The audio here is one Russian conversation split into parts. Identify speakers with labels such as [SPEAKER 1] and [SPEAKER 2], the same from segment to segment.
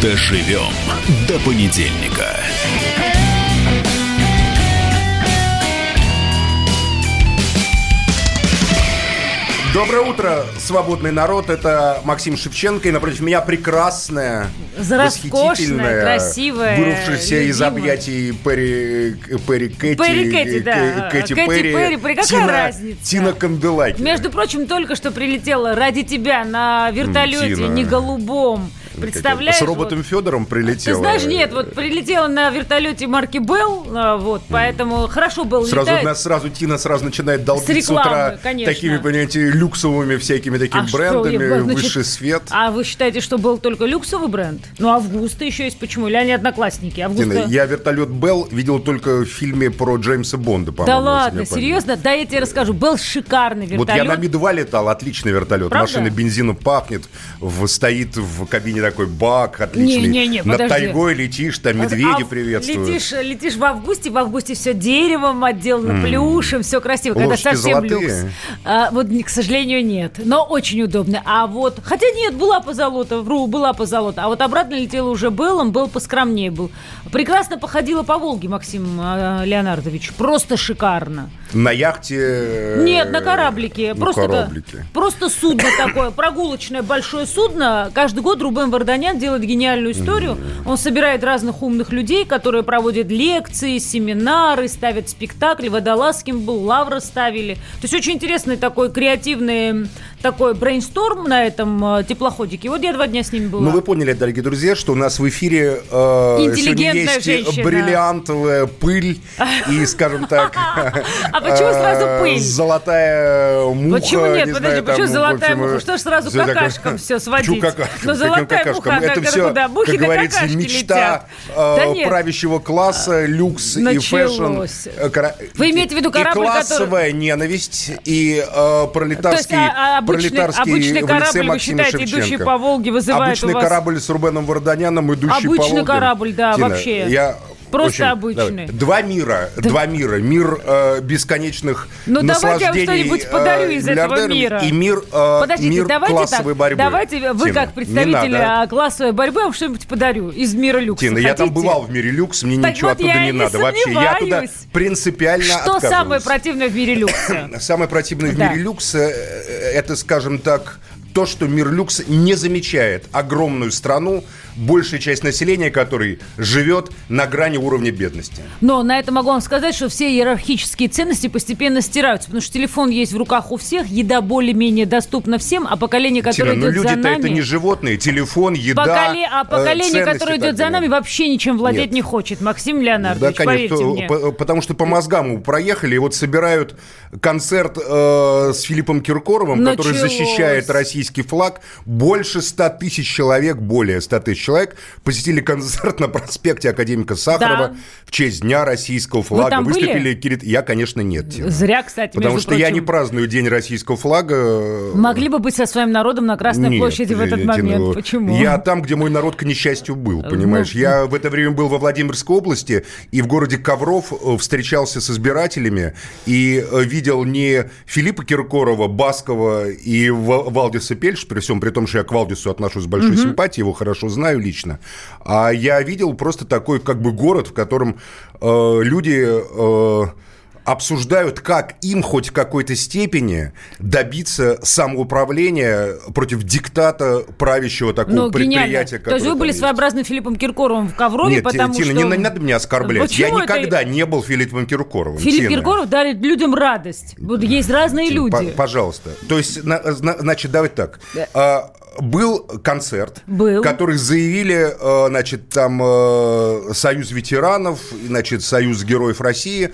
[SPEAKER 1] Доживем до понедельника.
[SPEAKER 2] Доброе утро, свободный народ. Это Максим Шевченко. И напротив меня прекрасная,
[SPEAKER 3] Роскошная,
[SPEAKER 2] восхитительная,
[SPEAKER 3] красивая,
[SPEAKER 2] вырвавшаяся из
[SPEAKER 3] любимая.
[SPEAKER 2] объятий Перри, Перри Кэти,
[SPEAKER 3] Перри Кэти,
[SPEAKER 2] э,
[SPEAKER 3] да.
[SPEAKER 2] Кэ- Кэти
[SPEAKER 3] Кэти
[SPEAKER 2] Перри,
[SPEAKER 3] Перри, при- какая
[SPEAKER 2] Тина,
[SPEAKER 3] разница?
[SPEAKER 2] Тина Канделаки.
[SPEAKER 3] Между прочим, только что прилетела ради тебя на вертолете,
[SPEAKER 2] Тина.
[SPEAKER 3] не голубом. Представляешь?
[SPEAKER 2] А С роботом
[SPEAKER 3] вот.
[SPEAKER 2] Федором
[SPEAKER 3] ты
[SPEAKER 2] прилетела.
[SPEAKER 3] знаешь, нет, вот прилетела на вертолете марки Белл, а, вот, поэтому хорошо был
[SPEAKER 2] Сразу,
[SPEAKER 3] летает.
[SPEAKER 2] нас сразу Тина сразу начинает долбить
[SPEAKER 3] С рекламы,
[SPEAKER 2] с утра
[SPEAKER 3] конечно.
[SPEAKER 2] такими, понимаете, люксовыми всякими такими
[SPEAKER 3] А что,
[SPEAKER 2] брендами,
[SPEAKER 3] я- значит,
[SPEAKER 2] высший свет.
[SPEAKER 3] А вы считаете, что был только люксовый бренд? Ну, Августа еще есть. Почему? Или они одноклассники? Августа...
[SPEAKER 2] Тина, ну, я вертолет Белл видел только в фильме про Джеймса Бонда, по-моему.
[SPEAKER 3] Да
[SPEAKER 2] если
[SPEAKER 3] ладно,
[SPEAKER 2] мне память.
[SPEAKER 3] серьезно? Да я тебе расскажу. Был шикарный
[SPEAKER 2] Вот я
[SPEAKER 3] вертолет.
[SPEAKER 2] на Ми-2 летал, отличный вертолет.
[SPEAKER 3] Правда?
[SPEAKER 2] Машина бензину пахнет, в- стоит в кабине такой бак отличный.
[SPEAKER 3] Не-не-не,
[SPEAKER 2] Над
[SPEAKER 3] подожди.
[SPEAKER 2] тайгой летишь, там
[SPEAKER 3] Вот,
[SPEAKER 2] медведи
[SPEAKER 3] а в-
[SPEAKER 2] приветствуют.
[SPEAKER 3] Летишь, летишь в августе, в августе все деревом отделано, плюшем, все красиво, когда
[SPEAKER 2] Лошади
[SPEAKER 3] совсем
[SPEAKER 2] золотые?
[SPEAKER 3] люкс. А, вот, не- к сожалению, нет, но очень удобно. А вот, хотя нет, была позолота, вру, была позолота, а вот обратно летела уже Беллом, был поскромнее был. Прекрасно походила по Волге, Максим а, Леонардович, просто шикарно.
[SPEAKER 2] На яхте... э,
[SPEAKER 3] Нет, на кораблике.
[SPEAKER 2] на
[SPEAKER 3] просто, это-
[SPEAKER 2] кораблике.
[SPEAKER 3] просто судно такое, прогулочное большое судно. Каждый год Рубен Варданян делает гениальную историю. Он собирает разных умных людей, которые проводят лекции, семинары, ставят спектакли. Водолазкин был, Лавра ставили. То есть очень интересный такой креативный м, такой брейнсторм на этом э, теплоходике. Вот я два дня с ними была.
[SPEAKER 2] Ну, вы поняли, дорогие друзья, что у нас в эфире э, сегодня
[SPEAKER 3] Интеллигентная
[SPEAKER 2] есть
[SPEAKER 3] женщина.
[SPEAKER 2] бриллиантовая пыль и, скажем так...
[SPEAKER 3] А почему сразу
[SPEAKER 2] э,
[SPEAKER 3] пыль?
[SPEAKER 2] Золотая муха.
[SPEAKER 3] Почему нет?
[SPEAKER 2] не
[SPEAKER 3] Подожди,
[SPEAKER 2] знаю,
[SPEAKER 3] почему
[SPEAKER 2] там,
[SPEAKER 3] золотая
[SPEAKER 2] в общем,
[SPEAKER 3] муха?
[SPEAKER 2] э,
[SPEAKER 3] Что ж сразу
[SPEAKER 2] всё такое.
[SPEAKER 3] какашкам всё сводить?
[SPEAKER 2] Почему какашкам?
[SPEAKER 3] Но
[SPEAKER 2] Каким
[SPEAKER 3] золотая
[SPEAKER 2] какашкам?
[SPEAKER 3] муха, она
[SPEAKER 2] Это
[SPEAKER 3] когда
[SPEAKER 2] все,
[SPEAKER 3] куда? Мухи
[SPEAKER 2] как
[SPEAKER 3] на
[SPEAKER 2] говорится,
[SPEAKER 3] какашки
[SPEAKER 2] мечта
[SPEAKER 3] летят.
[SPEAKER 2] э,
[SPEAKER 3] Да нет. А,
[SPEAKER 2] правящего класса, люкс и фэшн.
[SPEAKER 3] Началось.
[SPEAKER 2] э, кара-
[SPEAKER 3] Вы
[SPEAKER 2] и-
[SPEAKER 3] имеете в виду
[SPEAKER 2] и
[SPEAKER 3] корабль, который-
[SPEAKER 2] классовая ненависть и э, пролетарский,
[SPEAKER 3] То есть, а- а обычный-
[SPEAKER 2] пролетарский
[SPEAKER 3] обычный
[SPEAKER 2] в лице
[SPEAKER 3] корабль, вы
[SPEAKER 2] Максима
[SPEAKER 3] считаете,
[SPEAKER 2] Шевченко.
[SPEAKER 3] идущий по Волге, вызывает
[SPEAKER 2] обычный
[SPEAKER 3] у вас-
[SPEAKER 2] корабль с Рубеном Варданяном, идущий по
[SPEAKER 3] Обычный
[SPEAKER 2] Волге.
[SPEAKER 3] корабль, да, вообще.
[SPEAKER 2] я
[SPEAKER 3] Просто
[SPEAKER 2] очень-
[SPEAKER 3] обычный.
[SPEAKER 2] Два мира, два мира. Мир э, бесконечных
[SPEAKER 3] Ну, давайте я вам
[SPEAKER 2] наслаждений,
[SPEAKER 3] что-нибудь
[SPEAKER 2] э,
[SPEAKER 3] подарю из этого
[SPEAKER 2] миллиардерами
[SPEAKER 3] мира.
[SPEAKER 2] И мир, э,
[SPEAKER 3] Подождите,
[SPEAKER 2] мир
[SPEAKER 3] давайте так.
[SPEAKER 2] классовой борьбы.
[SPEAKER 3] Давайте вы,
[SPEAKER 2] Тина,
[SPEAKER 3] как
[SPEAKER 2] не
[SPEAKER 3] представитель
[SPEAKER 2] надо.
[SPEAKER 3] а, классовой борьбы, я вам что-нибудь подарю из мира люкса.
[SPEAKER 2] Тина, я там
[SPEAKER 3] Хотите?
[SPEAKER 2] бывал в мире люкс, мне
[SPEAKER 3] Так
[SPEAKER 2] ничего
[SPEAKER 3] вот я
[SPEAKER 2] оттуда не
[SPEAKER 3] и
[SPEAKER 2] надо вообще. Я туда
[SPEAKER 3] сомневаюсь.
[SPEAKER 2] принципиально
[SPEAKER 3] Что самое
[SPEAKER 2] отказываюсь.
[SPEAKER 3] противное в мире люкса?
[SPEAKER 2] Самое противное в
[SPEAKER 3] Да.
[SPEAKER 2] мире люкса э, это, скажем так, то, что мир люкс не замечает огромную страну, большая часть населения которой живет на грани уровня бедности.
[SPEAKER 3] Но на это могу вам сказать, что все иерархические ценности постепенно стираются, потому что телефон есть в руках у всех, еда более-менее доступна всем, а поколение, которое
[SPEAKER 2] Тина, ну
[SPEAKER 3] идет за
[SPEAKER 2] люди-то это
[SPEAKER 3] нами...
[SPEAKER 2] не животные. Телефон, еда,
[SPEAKER 3] поколе- а
[SPEAKER 2] э,
[SPEAKER 3] поколение,
[SPEAKER 2] ценности
[SPEAKER 3] которое
[SPEAKER 2] и так
[SPEAKER 3] идет за
[SPEAKER 2] далее.
[SPEAKER 3] нами, вообще ничем владеть
[SPEAKER 2] Нет.
[SPEAKER 3] не хочет. Максим
[SPEAKER 2] Да,
[SPEAKER 3] Леонардович,
[SPEAKER 2] конечно, э,
[SPEAKER 3] поверьте мне.
[SPEAKER 2] по- потому что по мозгам проехали, и вот собирают концерт э, с Филиппом Киркоровым, который
[SPEAKER 3] Началось.
[SPEAKER 2] защищает российский флаг. Больше 100 тысяч человек, более 100 тысяч человек посетили концерт на проспекте Академика Сахарова
[SPEAKER 3] Да.
[SPEAKER 2] в честь Дня российского флага.
[SPEAKER 3] там были?
[SPEAKER 2] Выступили Кирит- Я, конечно, нет. Тина.
[SPEAKER 3] Зря, кстати,
[SPEAKER 2] Потому
[SPEAKER 3] между
[SPEAKER 2] что я не
[SPEAKER 3] прочим.
[SPEAKER 2] праздную День российского флага. э,
[SPEAKER 3] Могли бы быть со своим народом на Красной
[SPEAKER 2] нет,
[SPEAKER 3] площади в этот
[SPEAKER 2] Леонтина,
[SPEAKER 3] момент.
[SPEAKER 2] вот.
[SPEAKER 3] Почему?
[SPEAKER 2] Я а там, где мой народ, к несчастью, был, понимаешь.
[SPEAKER 3] ну-
[SPEAKER 2] Я в это время был во Владимирской области, и в городе Ковров э, встречался с избирателями, и э, видел не Филиппа Киркорова, Баскова и Ва- Валдиса Пельш, при всем при том, что я к Валдису отношусь с большой симпатией, его хорошо знаю лично, а я видел просто такой как бы город, в котором э, люди... э, обсуждают, как им хоть в какой-то степени добиться самоуправления против диктата правящего такого
[SPEAKER 3] Ну, гениально.
[SPEAKER 2] предприятия.
[SPEAKER 3] То есть вы
[SPEAKER 2] которое
[SPEAKER 3] были
[SPEAKER 2] там
[SPEAKER 3] своеобразным Филиппом Киркоровым в Коврове,
[SPEAKER 2] Нет, Ти-
[SPEAKER 3] потому
[SPEAKER 2] Тина,
[SPEAKER 3] что... Ну,
[SPEAKER 2] не, на- не надо меня оскорблять.
[SPEAKER 3] Почему
[SPEAKER 2] Я
[SPEAKER 3] это-
[SPEAKER 2] никогда не был Филиппом Киркоровым.
[SPEAKER 3] Филипп
[SPEAKER 2] Тина.
[SPEAKER 3] Киркоров дарит людям радость. Вот есть разные
[SPEAKER 2] Тина,
[SPEAKER 3] люди.
[SPEAKER 2] по- пожалуйста. То есть, на- зна- значит, давайте так.
[SPEAKER 3] Да.
[SPEAKER 2] А, был концерт,
[SPEAKER 3] Был.
[SPEAKER 2] который заявили, э, значит, там э, Союз ветеранов, и, значит, Союз героев России,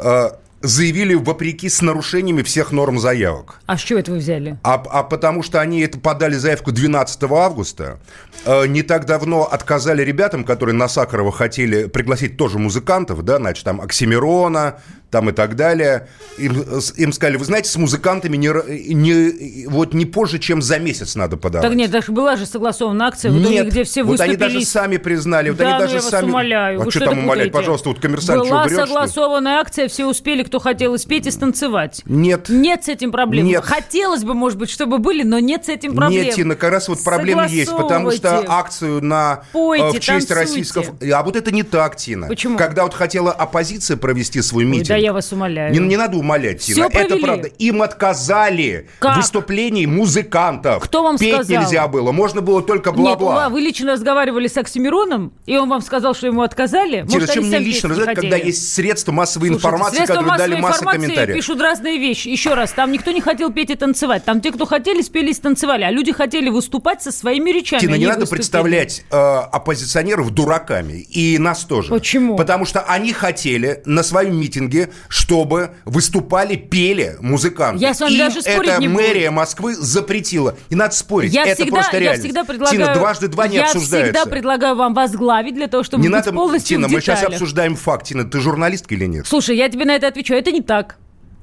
[SPEAKER 2] э, заявили вопреки с нарушениями всех норм заявок.
[SPEAKER 3] А с чего это вы взяли?
[SPEAKER 2] А, а потому что они это подали заявку 12 августа. Э, не так давно отказали ребятам, которые на Сахарова хотели пригласить тоже музыкантов, да, значит, там Оксимирона, там и так далее. Им, им сказали, вы знаете, с музыкантами не, р- не, вот не позже, чем за месяц надо подавать.
[SPEAKER 3] Так нет, даже была же согласована акция, вот у них,
[SPEAKER 2] А Нет,
[SPEAKER 3] где все
[SPEAKER 2] вот они
[SPEAKER 3] выступили.
[SPEAKER 2] даже сами признали, вот
[SPEAKER 3] Да,
[SPEAKER 2] они
[SPEAKER 3] ну
[SPEAKER 2] даже
[SPEAKER 3] я вас
[SPEAKER 2] сами.
[SPEAKER 3] умоляю.
[SPEAKER 2] А
[SPEAKER 3] вы
[SPEAKER 2] что
[SPEAKER 3] это
[SPEAKER 2] там умолять?
[SPEAKER 3] путаете?
[SPEAKER 2] Пожалуйста, вот коммерсант
[SPEAKER 3] Была
[SPEAKER 2] что, врет, что ли?
[SPEAKER 3] согласованная акция, все успели, кто хотел и спеть, и станцевать.
[SPEAKER 2] Нет.
[SPEAKER 3] Нет с этим проблем.
[SPEAKER 2] Нет.
[SPEAKER 3] Хотелось бы, может быть, чтобы были, но нет с этим проблем.
[SPEAKER 2] Нет, Тина, как раз вот проблема есть, потому что
[SPEAKER 3] Согласовывайте.
[SPEAKER 2] акцию на э,
[SPEAKER 3] Пойте,
[SPEAKER 2] в честь
[SPEAKER 3] танцуйте.
[SPEAKER 2] российского... А вот это не так, Тина.
[SPEAKER 3] Почему?
[SPEAKER 2] Когда вот хотела оппозиция провести свой
[SPEAKER 3] Ой,
[SPEAKER 2] митинг...
[SPEAKER 3] да я вас умоляю.
[SPEAKER 2] Не, не надо умолять,
[SPEAKER 3] Всё
[SPEAKER 2] Тина. Это
[SPEAKER 3] провели.
[SPEAKER 2] правда. Им отказали
[SPEAKER 3] Как?
[SPEAKER 2] в выступлении музыкантов.
[SPEAKER 3] Кто вам
[SPEAKER 2] Петь
[SPEAKER 3] сказал?
[SPEAKER 2] нельзя было. Можно было только
[SPEAKER 3] Нет, ну, а
[SPEAKER 2] бла-бла.
[SPEAKER 3] вы лично разговаривали с Оксимироном, и он вам сказал, что ему отказали?
[SPEAKER 2] Тина,
[SPEAKER 3] Может,
[SPEAKER 2] зачем
[SPEAKER 3] они
[SPEAKER 2] мне
[SPEAKER 3] сами
[SPEAKER 2] лично
[SPEAKER 3] петь не
[SPEAKER 2] рассказать, когда
[SPEAKER 3] хотели?
[SPEAKER 2] есть средства массовой
[SPEAKER 3] Слушайте,
[SPEAKER 2] информации,
[SPEAKER 3] средства
[SPEAKER 2] которые дали
[SPEAKER 3] массовой
[SPEAKER 2] масса
[SPEAKER 3] информации
[SPEAKER 2] комментариев?
[SPEAKER 3] пишут разные вещи. Еще раз, там никто не хотел петь и танцевать. Там те, кто хотели, спели и танцевали. А люди хотели выступать со своими речами. а
[SPEAKER 2] Тина,
[SPEAKER 3] они
[SPEAKER 2] не надо
[SPEAKER 3] выступили.
[SPEAKER 2] представлять э, оппозиционеров дураками. И нас тоже.
[SPEAKER 3] Почему?
[SPEAKER 2] Потому что они хотели на своем митинге, чтобы выступали, пели музыканты.
[SPEAKER 3] Я с вами
[SPEAKER 2] Им
[SPEAKER 3] даже спорить
[SPEAKER 2] это
[SPEAKER 3] не буду.
[SPEAKER 2] мэрия Москвы запретила. И надо спорить.
[SPEAKER 3] Я
[SPEAKER 2] это
[SPEAKER 3] всегда,
[SPEAKER 2] просто
[SPEAKER 3] я
[SPEAKER 2] реальность.
[SPEAKER 3] всегда предлагаю...
[SPEAKER 2] Тина, дважды два не
[SPEAKER 3] я
[SPEAKER 2] обсуждается.
[SPEAKER 3] всегда предлагаю вам возглавить для того, чтобы
[SPEAKER 2] Не
[SPEAKER 3] быть
[SPEAKER 2] надо,
[SPEAKER 3] полностью
[SPEAKER 2] Тина,
[SPEAKER 3] в
[SPEAKER 2] мы сейчас
[SPEAKER 3] деталях.
[SPEAKER 2] обсуждаем факт. Тина, ты журналистка или нет?
[SPEAKER 3] Слушай, я тебе на это отвечаю. Это не так.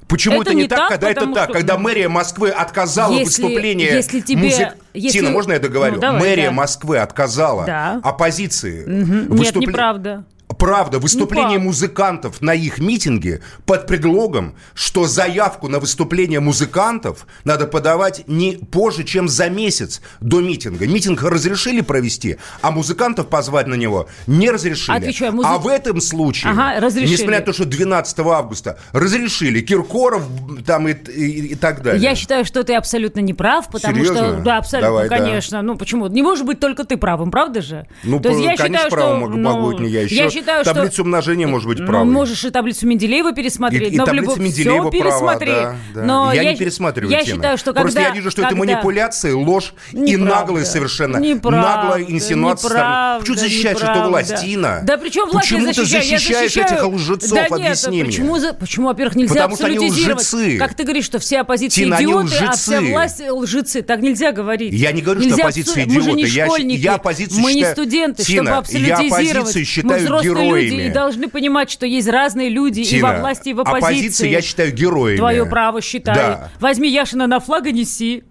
[SPEAKER 2] Почему
[SPEAKER 3] это
[SPEAKER 2] это, не,
[SPEAKER 3] не
[SPEAKER 2] так,
[SPEAKER 3] так,
[SPEAKER 2] когда это
[SPEAKER 3] потому
[SPEAKER 2] так?
[SPEAKER 3] что-
[SPEAKER 2] Когда мэрия Москвы отказала
[SPEAKER 3] Если-
[SPEAKER 2] выступление
[SPEAKER 3] если тебе-
[SPEAKER 2] музы-
[SPEAKER 3] если-
[SPEAKER 2] Тина, можно я договорю?
[SPEAKER 3] Ну, давай,
[SPEAKER 2] мэрия
[SPEAKER 3] да.
[SPEAKER 2] Москвы отказала
[SPEAKER 3] Да.
[SPEAKER 2] оппозиции.
[SPEAKER 3] Нет,
[SPEAKER 2] выступле-
[SPEAKER 3] неправда.
[SPEAKER 2] Правда, выступление
[SPEAKER 3] Неправда.
[SPEAKER 2] музыкантов на их митинге под предлогом, что заявку на выступление музыкантов надо подавать не позже, чем за месяц до митинга. Митинг разрешили провести, а музыкантов позвать на него не разрешили.
[SPEAKER 3] Отвечаю, музы-
[SPEAKER 2] А в этом случае,
[SPEAKER 3] Ага, разрешили.
[SPEAKER 2] несмотря на то, что 12 августа разрешили Киркоров там и, и- и так далее.
[SPEAKER 3] Я считаю, что ты абсолютно не прав, потому
[SPEAKER 2] Серьезно?
[SPEAKER 3] что... Да, абсолютно,
[SPEAKER 2] Давай, да.
[SPEAKER 3] конечно. Ну, почему? Не может быть только ты правым, правда же?
[SPEAKER 2] ну,
[SPEAKER 3] То есть
[SPEAKER 2] по-
[SPEAKER 3] я
[SPEAKER 2] конечно,
[SPEAKER 3] считаю,
[SPEAKER 2] право
[SPEAKER 3] что...
[SPEAKER 2] могу
[SPEAKER 3] ну,
[SPEAKER 2] погодь, не я еще.
[SPEAKER 3] считаю, что-
[SPEAKER 2] Таблицу умножения может быть
[SPEAKER 3] Ну,
[SPEAKER 2] правой.
[SPEAKER 3] можешь и таблицу Менделеева пересмотреть.
[SPEAKER 2] И- и
[SPEAKER 3] но в
[SPEAKER 2] таблица
[SPEAKER 3] любом-
[SPEAKER 2] Менделеева
[SPEAKER 3] всё пересмотри.
[SPEAKER 2] права, да, да.
[SPEAKER 3] Но
[SPEAKER 2] я, не пересматриваю
[SPEAKER 3] Я
[SPEAKER 2] темы.
[SPEAKER 3] считаю, что когда...
[SPEAKER 2] Просто я вижу, что это
[SPEAKER 3] когда-
[SPEAKER 2] манипуляции, ложь и
[SPEAKER 3] Неправда.
[SPEAKER 2] наглая совершенно.
[SPEAKER 3] Неправда,
[SPEAKER 2] наглая инсинуация. со стороны.
[SPEAKER 3] неправда,
[SPEAKER 2] Почему ты защищаешь эту
[SPEAKER 3] неправда.
[SPEAKER 2] власть, Тина?
[SPEAKER 3] Да при чем власть
[SPEAKER 2] Почему
[SPEAKER 3] я защищаю?
[SPEAKER 2] ты
[SPEAKER 3] Я
[SPEAKER 2] защищаешь
[SPEAKER 3] защищаю-
[SPEAKER 2] этих лжецов?
[SPEAKER 3] Да нет,
[SPEAKER 2] Объясни
[SPEAKER 3] почему,
[SPEAKER 2] мне.
[SPEAKER 3] за- почему, во-первых, нельзя
[SPEAKER 2] Потому что они
[SPEAKER 3] абсолютизировать?
[SPEAKER 2] лжецы.
[SPEAKER 3] Как ты говоришь, что все оппозиции
[SPEAKER 2] Тина, они
[SPEAKER 3] идиоты, а вся
[SPEAKER 2] лжецы.
[SPEAKER 3] власть лжецы. Так нельзя говорить.
[SPEAKER 2] Я не говорю,
[SPEAKER 3] Нельзя
[SPEAKER 2] что оппозиция
[SPEAKER 3] абсу- Мы же не
[SPEAKER 2] идиоты. Я щ-
[SPEAKER 3] школьники,
[SPEAKER 2] я оппозицию
[SPEAKER 3] мы не
[SPEAKER 2] считаю-
[SPEAKER 3] студенты, чтобы
[SPEAKER 2] Тина, я
[SPEAKER 3] абсолютизировать.
[SPEAKER 2] оппозицию считаю
[SPEAKER 3] мы взрослые люди
[SPEAKER 2] героями.
[SPEAKER 3] и должны понимать, что есть разные люди и
[SPEAKER 2] Тина,
[SPEAKER 3] во власти, и в оппозиции.
[SPEAKER 2] оппозиция, я считаю, героями.
[SPEAKER 3] Твое право считай.
[SPEAKER 2] Да.
[SPEAKER 3] Возьми Яшина на флаг и неси.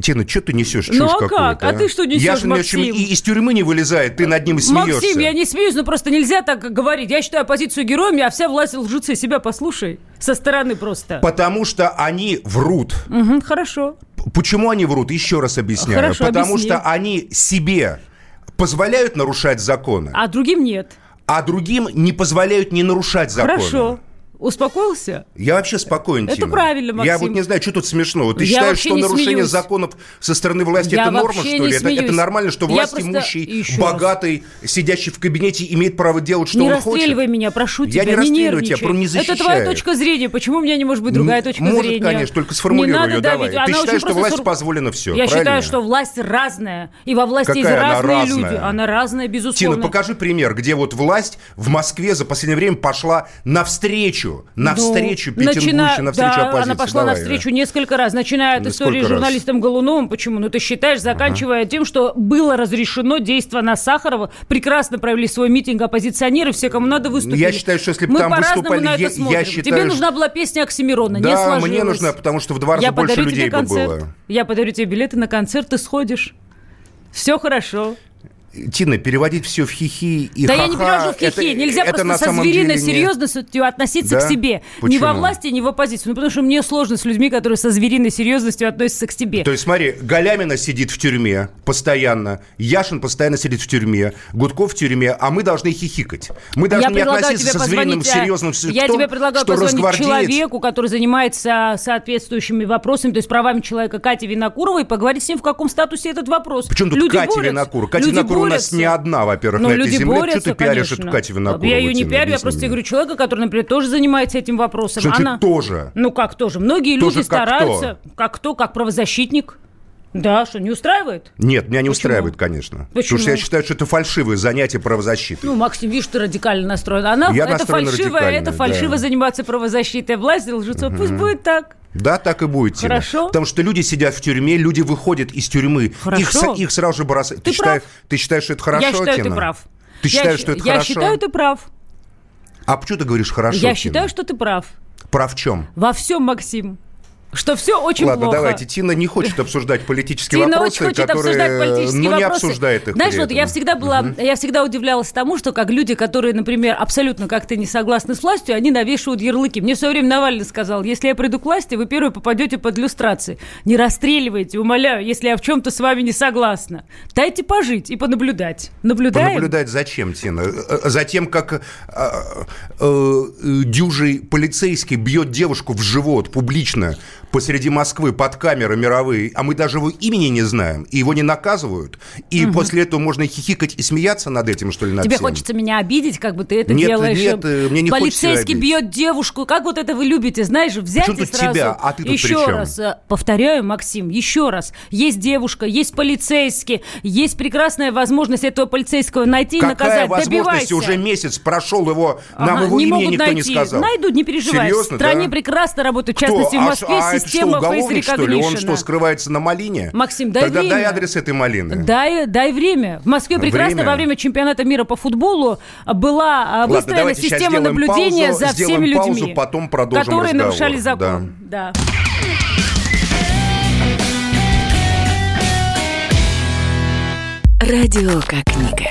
[SPEAKER 2] Тина, что ты несешь чушь
[SPEAKER 3] Ну, а как?
[SPEAKER 2] какую-то,
[SPEAKER 3] А ты что несешь,
[SPEAKER 2] Яшин, в общем,
[SPEAKER 3] Максим?
[SPEAKER 2] и из тюрьмы не вылезает, ты над ним и смеешься.
[SPEAKER 3] Максим, я не смеюсь, но просто нельзя так говорить. Я считаю оппозицию героями, а вся власть лжецы. Себя послушай. Со стороны просто.
[SPEAKER 2] Потому что они врут.
[SPEAKER 3] Мгм, хорошо.
[SPEAKER 2] Почему они врут? Еще раз объясняю.
[SPEAKER 3] Хорошо,
[SPEAKER 2] Потому
[SPEAKER 3] объясни.
[SPEAKER 2] что они себе позволяют нарушать законы, а,
[SPEAKER 3] А другим нет.
[SPEAKER 2] другим не позволяют не нарушать законы.
[SPEAKER 3] Хорошо. Успокоился?
[SPEAKER 2] Я вообще спокоен,
[SPEAKER 3] Это
[SPEAKER 2] Тина.
[SPEAKER 3] правильно,
[SPEAKER 2] Я
[SPEAKER 3] Максим.
[SPEAKER 2] вот не знаю, что тут смешного. Ты
[SPEAKER 3] Я
[SPEAKER 2] считаешь,
[SPEAKER 3] вообще
[SPEAKER 2] что
[SPEAKER 3] не
[SPEAKER 2] нарушение
[SPEAKER 3] смеюсь.
[SPEAKER 2] законов со стороны власти
[SPEAKER 3] Я
[SPEAKER 2] это норма,
[SPEAKER 3] вообще
[SPEAKER 2] что
[SPEAKER 3] не
[SPEAKER 2] ли? Это, это
[SPEAKER 3] смеюсь.
[SPEAKER 2] нормально, что
[SPEAKER 3] Я
[SPEAKER 2] власть
[SPEAKER 3] просто-
[SPEAKER 2] имущий,
[SPEAKER 3] Еще раз.
[SPEAKER 2] богатый, сидящий в кабинете, имеет право делать, что
[SPEAKER 3] не
[SPEAKER 2] он хочет?
[SPEAKER 3] расстреливай меня, прошу тебя,
[SPEAKER 2] Я не расстреливаю тебя,
[SPEAKER 3] нервничай.
[SPEAKER 2] просто не
[SPEAKER 3] Это твоя
[SPEAKER 2] защищаю.
[SPEAKER 3] точка зрения. Почему у меня не может быть другая
[SPEAKER 2] М,
[SPEAKER 3] точка
[SPEAKER 2] Может,
[SPEAKER 3] зрения?
[SPEAKER 2] конечно, только
[SPEAKER 3] Не
[SPEAKER 2] сформулируй
[SPEAKER 3] надо
[SPEAKER 2] ее, давай.
[SPEAKER 3] давить.
[SPEAKER 2] Ты
[SPEAKER 3] Она очень
[SPEAKER 2] считаешь, что
[SPEAKER 3] просто
[SPEAKER 2] власти
[SPEAKER 3] сур-
[SPEAKER 2] позволено все,
[SPEAKER 3] Я
[SPEAKER 2] правильно?
[SPEAKER 3] считаю, что власть разная. И во власти есть
[SPEAKER 2] Какая она
[SPEAKER 3] разные
[SPEAKER 2] разная?
[SPEAKER 3] люди. Она разная, безусловно.
[SPEAKER 2] Тина, покажи пример, где вот власть в Москве за последнее время пошла навстречу, навстречу
[SPEAKER 3] Ну, начиная-
[SPEAKER 2] пикингующей, навстречу
[SPEAKER 3] да,
[SPEAKER 2] оппозиции.
[SPEAKER 3] она пошла
[SPEAKER 2] Давай,
[SPEAKER 3] навстречу несколько раз, начиная от
[SPEAKER 2] Ну,
[SPEAKER 3] истории с
[SPEAKER 2] сколько раз?
[SPEAKER 3] журналистом Голуновым. Почему? Ну, ты считаешь, заканчивая тем, что было разрешено действие на Сахарова. Прекрасно провели свой митинг оппозиционеры, все, кому надо, выступили.
[SPEAKER 2] Ну, Я считаю, что если бы
[SPEAKER 3] Мы
[SPEAKER 2] там
[SPEAKER 3] по-разному
[SPEAKER 2] выступали,
[SPEAKER 3] на это
[SPEAKER 2] я- я
[SPEAKER 3] смотрим.
[SPEAKER 2] считаю,
[SPEAKER 3] Тебе
[SPEAKER 2] что-
[SPEAKER 3] нужна была песня Оксимирона, не
[SPEAKER 2] Да,
[SPEAKER 3] сложилось.
[SPEAKER 2] мне нужна, потому что в два раза
[SPEAKER 3] Я
[SPEAKER 2] больше
[SPEAKER 3] подарю
[SPEAKER 2] людей
[SPEAKER 3] тебе
[SPEAKER 2] бы
[SPEAKER 3] концерт.
[SPEAKER 2] было.
[SPEAKER 3] Я подарю тебе билеты на концерт, ты сходишь. Все хорошо.
[SPEAKER 2] Тина, переводить все в хихи и
[SPEAKER 3] Да
[SPEAKER 2] ха-ха,
[SPEAKER 3] я не перевожу в хихи.
[SPEAKER 2] это-
[SPEAKER 3] Нельзя
[SPEAKER 2] это на
[SPEAKER 3] просто со
[SPEAKER 2] самом
[SPEAKER 3] звериной
[SPEAKER 2] деле не-
[SPEAKER 3] серьезностью относиться
[SPEAKER 2] Да?
[SPEAKER 3] к себе. Ни во
[SPEAKER 2] Почему?
[SPEAKER 3] власти, ни в оппозиции. Ну, потому что мне сложно с людьми, которые со звериной серьезностью относятся к себе.
[SPEAKER 2] То есть, смотри, Галямина сидит в тюрьме постоянно, Яшин постоянно сидит в тюрьме, Гудков в тюрьме, а мы должны хихикать. Мы должны
[SPEAKER 3] Я
[SPEAKER 2] не
[SPEAKER 3] предлагаю
[SPEAKER 2] относиться
[SPEAKER 3] тебе
[SPEAKER 2] со звериным
[SPEAKER 3] позвонить, а,
[SPEAKER 2] серьезным
[SPEAKER 3] я тебе предлагаю
[SPEAKER 2] что
[SPEAKER 3] позвонить
[SPEAKER 2] росгвардеец...
[SPEAKER 3] человеку, который занимается соответствующими вопросами, то есть правами человека Кати Винокуровой, и поговорить с ним, в каком статусе этот вопрос.
[SPEAKER 2] Причем тут
[SPEAKER 3] Люди
[SPEAKER 2] Катя
[SPEAKER 3] борются.
[SPEAKER 2] Винокурова? Катя
[SPEAKER 3] Люди
[SPEAKER 2] Винокурова у нас
[SPEAKER 3] борются.
[SPEAKER 2] не одна, во-первых,
[SPEAKER 3] Ну,
[SPEAKER 2] на этой
[SPEAKER 3] люди
[SPEAKER 2] земле.
[SPEAKER 3] борются,
[SPEAKER 2] Что ты пиаришь
[SPEAKER 3] конечно.
[SPEAKER 2] эту Катю Винокурову?
[SPEAKER 3] Я ее не
[SPEAKER 2] Тина?
[SPEAKER 3] пиарю, я
[SPEAKER 2] Объясни
[SPEAKER 3] просто
[SPEAKER 2] мне.
[SPEAKER 3] говорю человека, который, например, тоже занимается этим вопросом.
[SPEAKER 2] Что значит
[SPEAKER 3] Она-
[SPEAKER 2] тоже?
[SPEAKER 3] Ну как тоже? Многие
[SPEAKER 2] Тоже
[SPEAKER 3] люди
[SPEAKER 2] как
[SPEAKER 3] стараются. Как кто? Как правозащитник. Да, что, не устраивает?
[SPEAKER 2] Нет, меня не
[SPEAKER 3] Почему?
[SPEAKER 2] устраивает, конечно.
[SPEAKER 3] Почему?
[SPEAKER 2] Потому что я считаю, что это фальшивое занятие правозащиты.
[SPEAKER 3] Ну, Максим, видишь, ты радикально настроен. Она
[SPEAKER 2] Я
[SPEAKER 3] это
[SPEAKER 2] настроен
[SPEAKER 3] фальшиво,
[SPEAKER 2] радикально,
[SPEAKER 3] это фальшиво
[SPEAKER 2] да.
[SPEAKER 3] заниматься правозащитой. Власть лжецов. Пусть будет так.
[SPEAKER 2] Да, так и будет, Тина.
[SPEAKER 3] Хорошо.
[SPEAKER 2] Потому что люди сидят в тюрьме, люди выходят из тюрьмы.
[SPEAKER 3] Хорошо.
[SPEAKER 2] Их, са- их сразу же бросают.
[SPEAKER 3] Ты
[SPEAKER 2] считаешь,
[SPEAKER 3] прав.
[SPEAKER 2] ты считаешь, что это хорошо,
[SPEAKER 3] я считаю,
[SPEAKER 2] Тина?
[SPEAKER 3] ты прав.
[SPEAKER 2] Ты
[SPEAKER 3] Я
[SPEAKER 2] считаешь,
[SPEAKER 3] щи-
[SPEAKER 2] что это
[SPEAKER 3] Я
[SPEAKER 2] хорошо?
[SPEAKER 3] считаю, ты прав.
[SPEAKER 2] А почему ты говоришь хорошо?
[SPEAKER 3] Я
[SPEAKER 2] Тина?
[SPEAKER 3] считаю, что ты прав.
[SPEAKER 2] Прав в чем?
[SPEAKER 3] Во всем, Максим. Что все очень
[SPEAKER 2] Ладно,
[SPEAKER 3] плохо.
[SPEAKER 2] давайте. Тина не хочет обсуждать политические
[SPEAKER 3] Тина
[SPEAKER 2] вопросы,
[SPEAKER 3] очень хочет
[SPEAKER 2] которые
[SPEAKER 3] обсуждать политические
[SPEAKER 2] ну, не
[SPEAKER 3] вопросы.
[SPEAKER 2] обсуждает их.
[SPEAKER 3] Знаешь,
[SPEAKER 2] при
[SPEAKER 3] вот я
[SPEAKER 2] этом.
[SPEAKER 3] всегда была, я всегда удивлялась тому, что как люди, которые, например, абсолютно как-то не согласны с властью, они навешивают ярлыки. Мне в свое время Навальный сказал, если я приду к власти, вы первые попадете под иллюстрации. Не расстреливайте, умоляю, если я в чем-то с вами не согласна. Дайте пожить и понаблюдать. Наблюдаем?
[SPEAKER 2] Понаблюдать зачем, Тина? Э, За тем, как э, э, дюжий полицейский бьет девушку в живот публично посреди Москвы под камеры мировые, а мы даже его имени не знаем, и его не наказывают, и после этого можно хихикать и смеяться над этим, что ли, над
[SPEAKER 3] Тебе
[SPEAKER 2] всем?
[SPEAKER 3] хочется меня обидеть, как бы ты это
[SPEAKER 2] Нет,
[SPEAKER 3] делаешь.
[SPEAKER 2] нет, э, мне не хочется
[SPEAKER 3] Полицейский
[SPEAKER 2] обидеть.
[SPEAKER 3] бьет девушку. Как вот это вы любите, знаешь, взять
[SPEAKER 2] Почему
[SPEAKER 3] и
[SPEAKER 2] тут
[SPEAKER 3] сразу.
[SPEAKER 2] тебя? А ты тут при
[SPEAKER 3] еще
[SPEAKER 2] чем?
[SPEAKER 3] раз э, повторяю, Максим, еще раз. Есть девушка, есть полицейский, есть прекрасная возможность этого полицейского найти и
[SPEAKER 2] Какая
[SPEAKER 3] наказать.
[SPEAKER 2] возможность?
[SPEAKER 3] Добивайся.
[SPEAKER 2] Уже месяц прошел его, нам
[SPEAKER 3] Ага,
[SPEAKER 2] его
[SPEAKER 3] не
[SPEAKER 2] имени
[SPEAKER 3] могут
[SPEAKER 2] никто
[SPEAKER 3] найти.
[SPEAKER 2] не сказал.
[SPEAKER 3] Найдут, не переживай.
[SPEAKER 2] Серьезно,
[SPEAKER 3] в стране
[SPEAKER 2] да?
[SPEAKER 3] прекрасно работают, в
[SPEAKER 2] Кто?
[SPEAKER 3] частности, в
[SPEAKER 2] А
[SPEAKER 3] Москве
[SPEAKER 2] ш- а это что,
[SPEAKER 3] система face
[SPEAKER 2] уголовник, что ли? Он
[SPEAKER 3] recognition.
[SPEAKER 2] что, скрывается на малине?
[SPEAKER 3] Максим, дай
[SPEAKER 2] Тогда дай
[SPEAKER 3] время.
[SPEAKER 2] адрес этой малины.
[SPEAKER 3] Дай, дай время. В Москве прекрасно
[SPEAKER 2] Время.
[SPEAKER 3] во время чемпионата мира по футболу а, была а,
[SPEAKER 2] Ладно,
[SPEAKER 3] выстроена
[SPEAKER 2] давайте сейчас
[SPEAKER 3] система
[SPEAKER 2] сделаем
[SPEAKER 3] наблюдения
[SPEAKER 2] паузу,
[SPEAKER 3] за
[SPEAKER 2] сделаем
[SPEAKER 3] всеми людьми,
[SPEAKER 2] паузу, потом продолжим
[SPEAKER 3] которые
[SPEAKER 2] разговор,
[SPEAKER 3] нарушали
[SPEAKER 2] да.
[SPEAKER 3] закон. Да.
[SPEAKER 4] Радио как книга.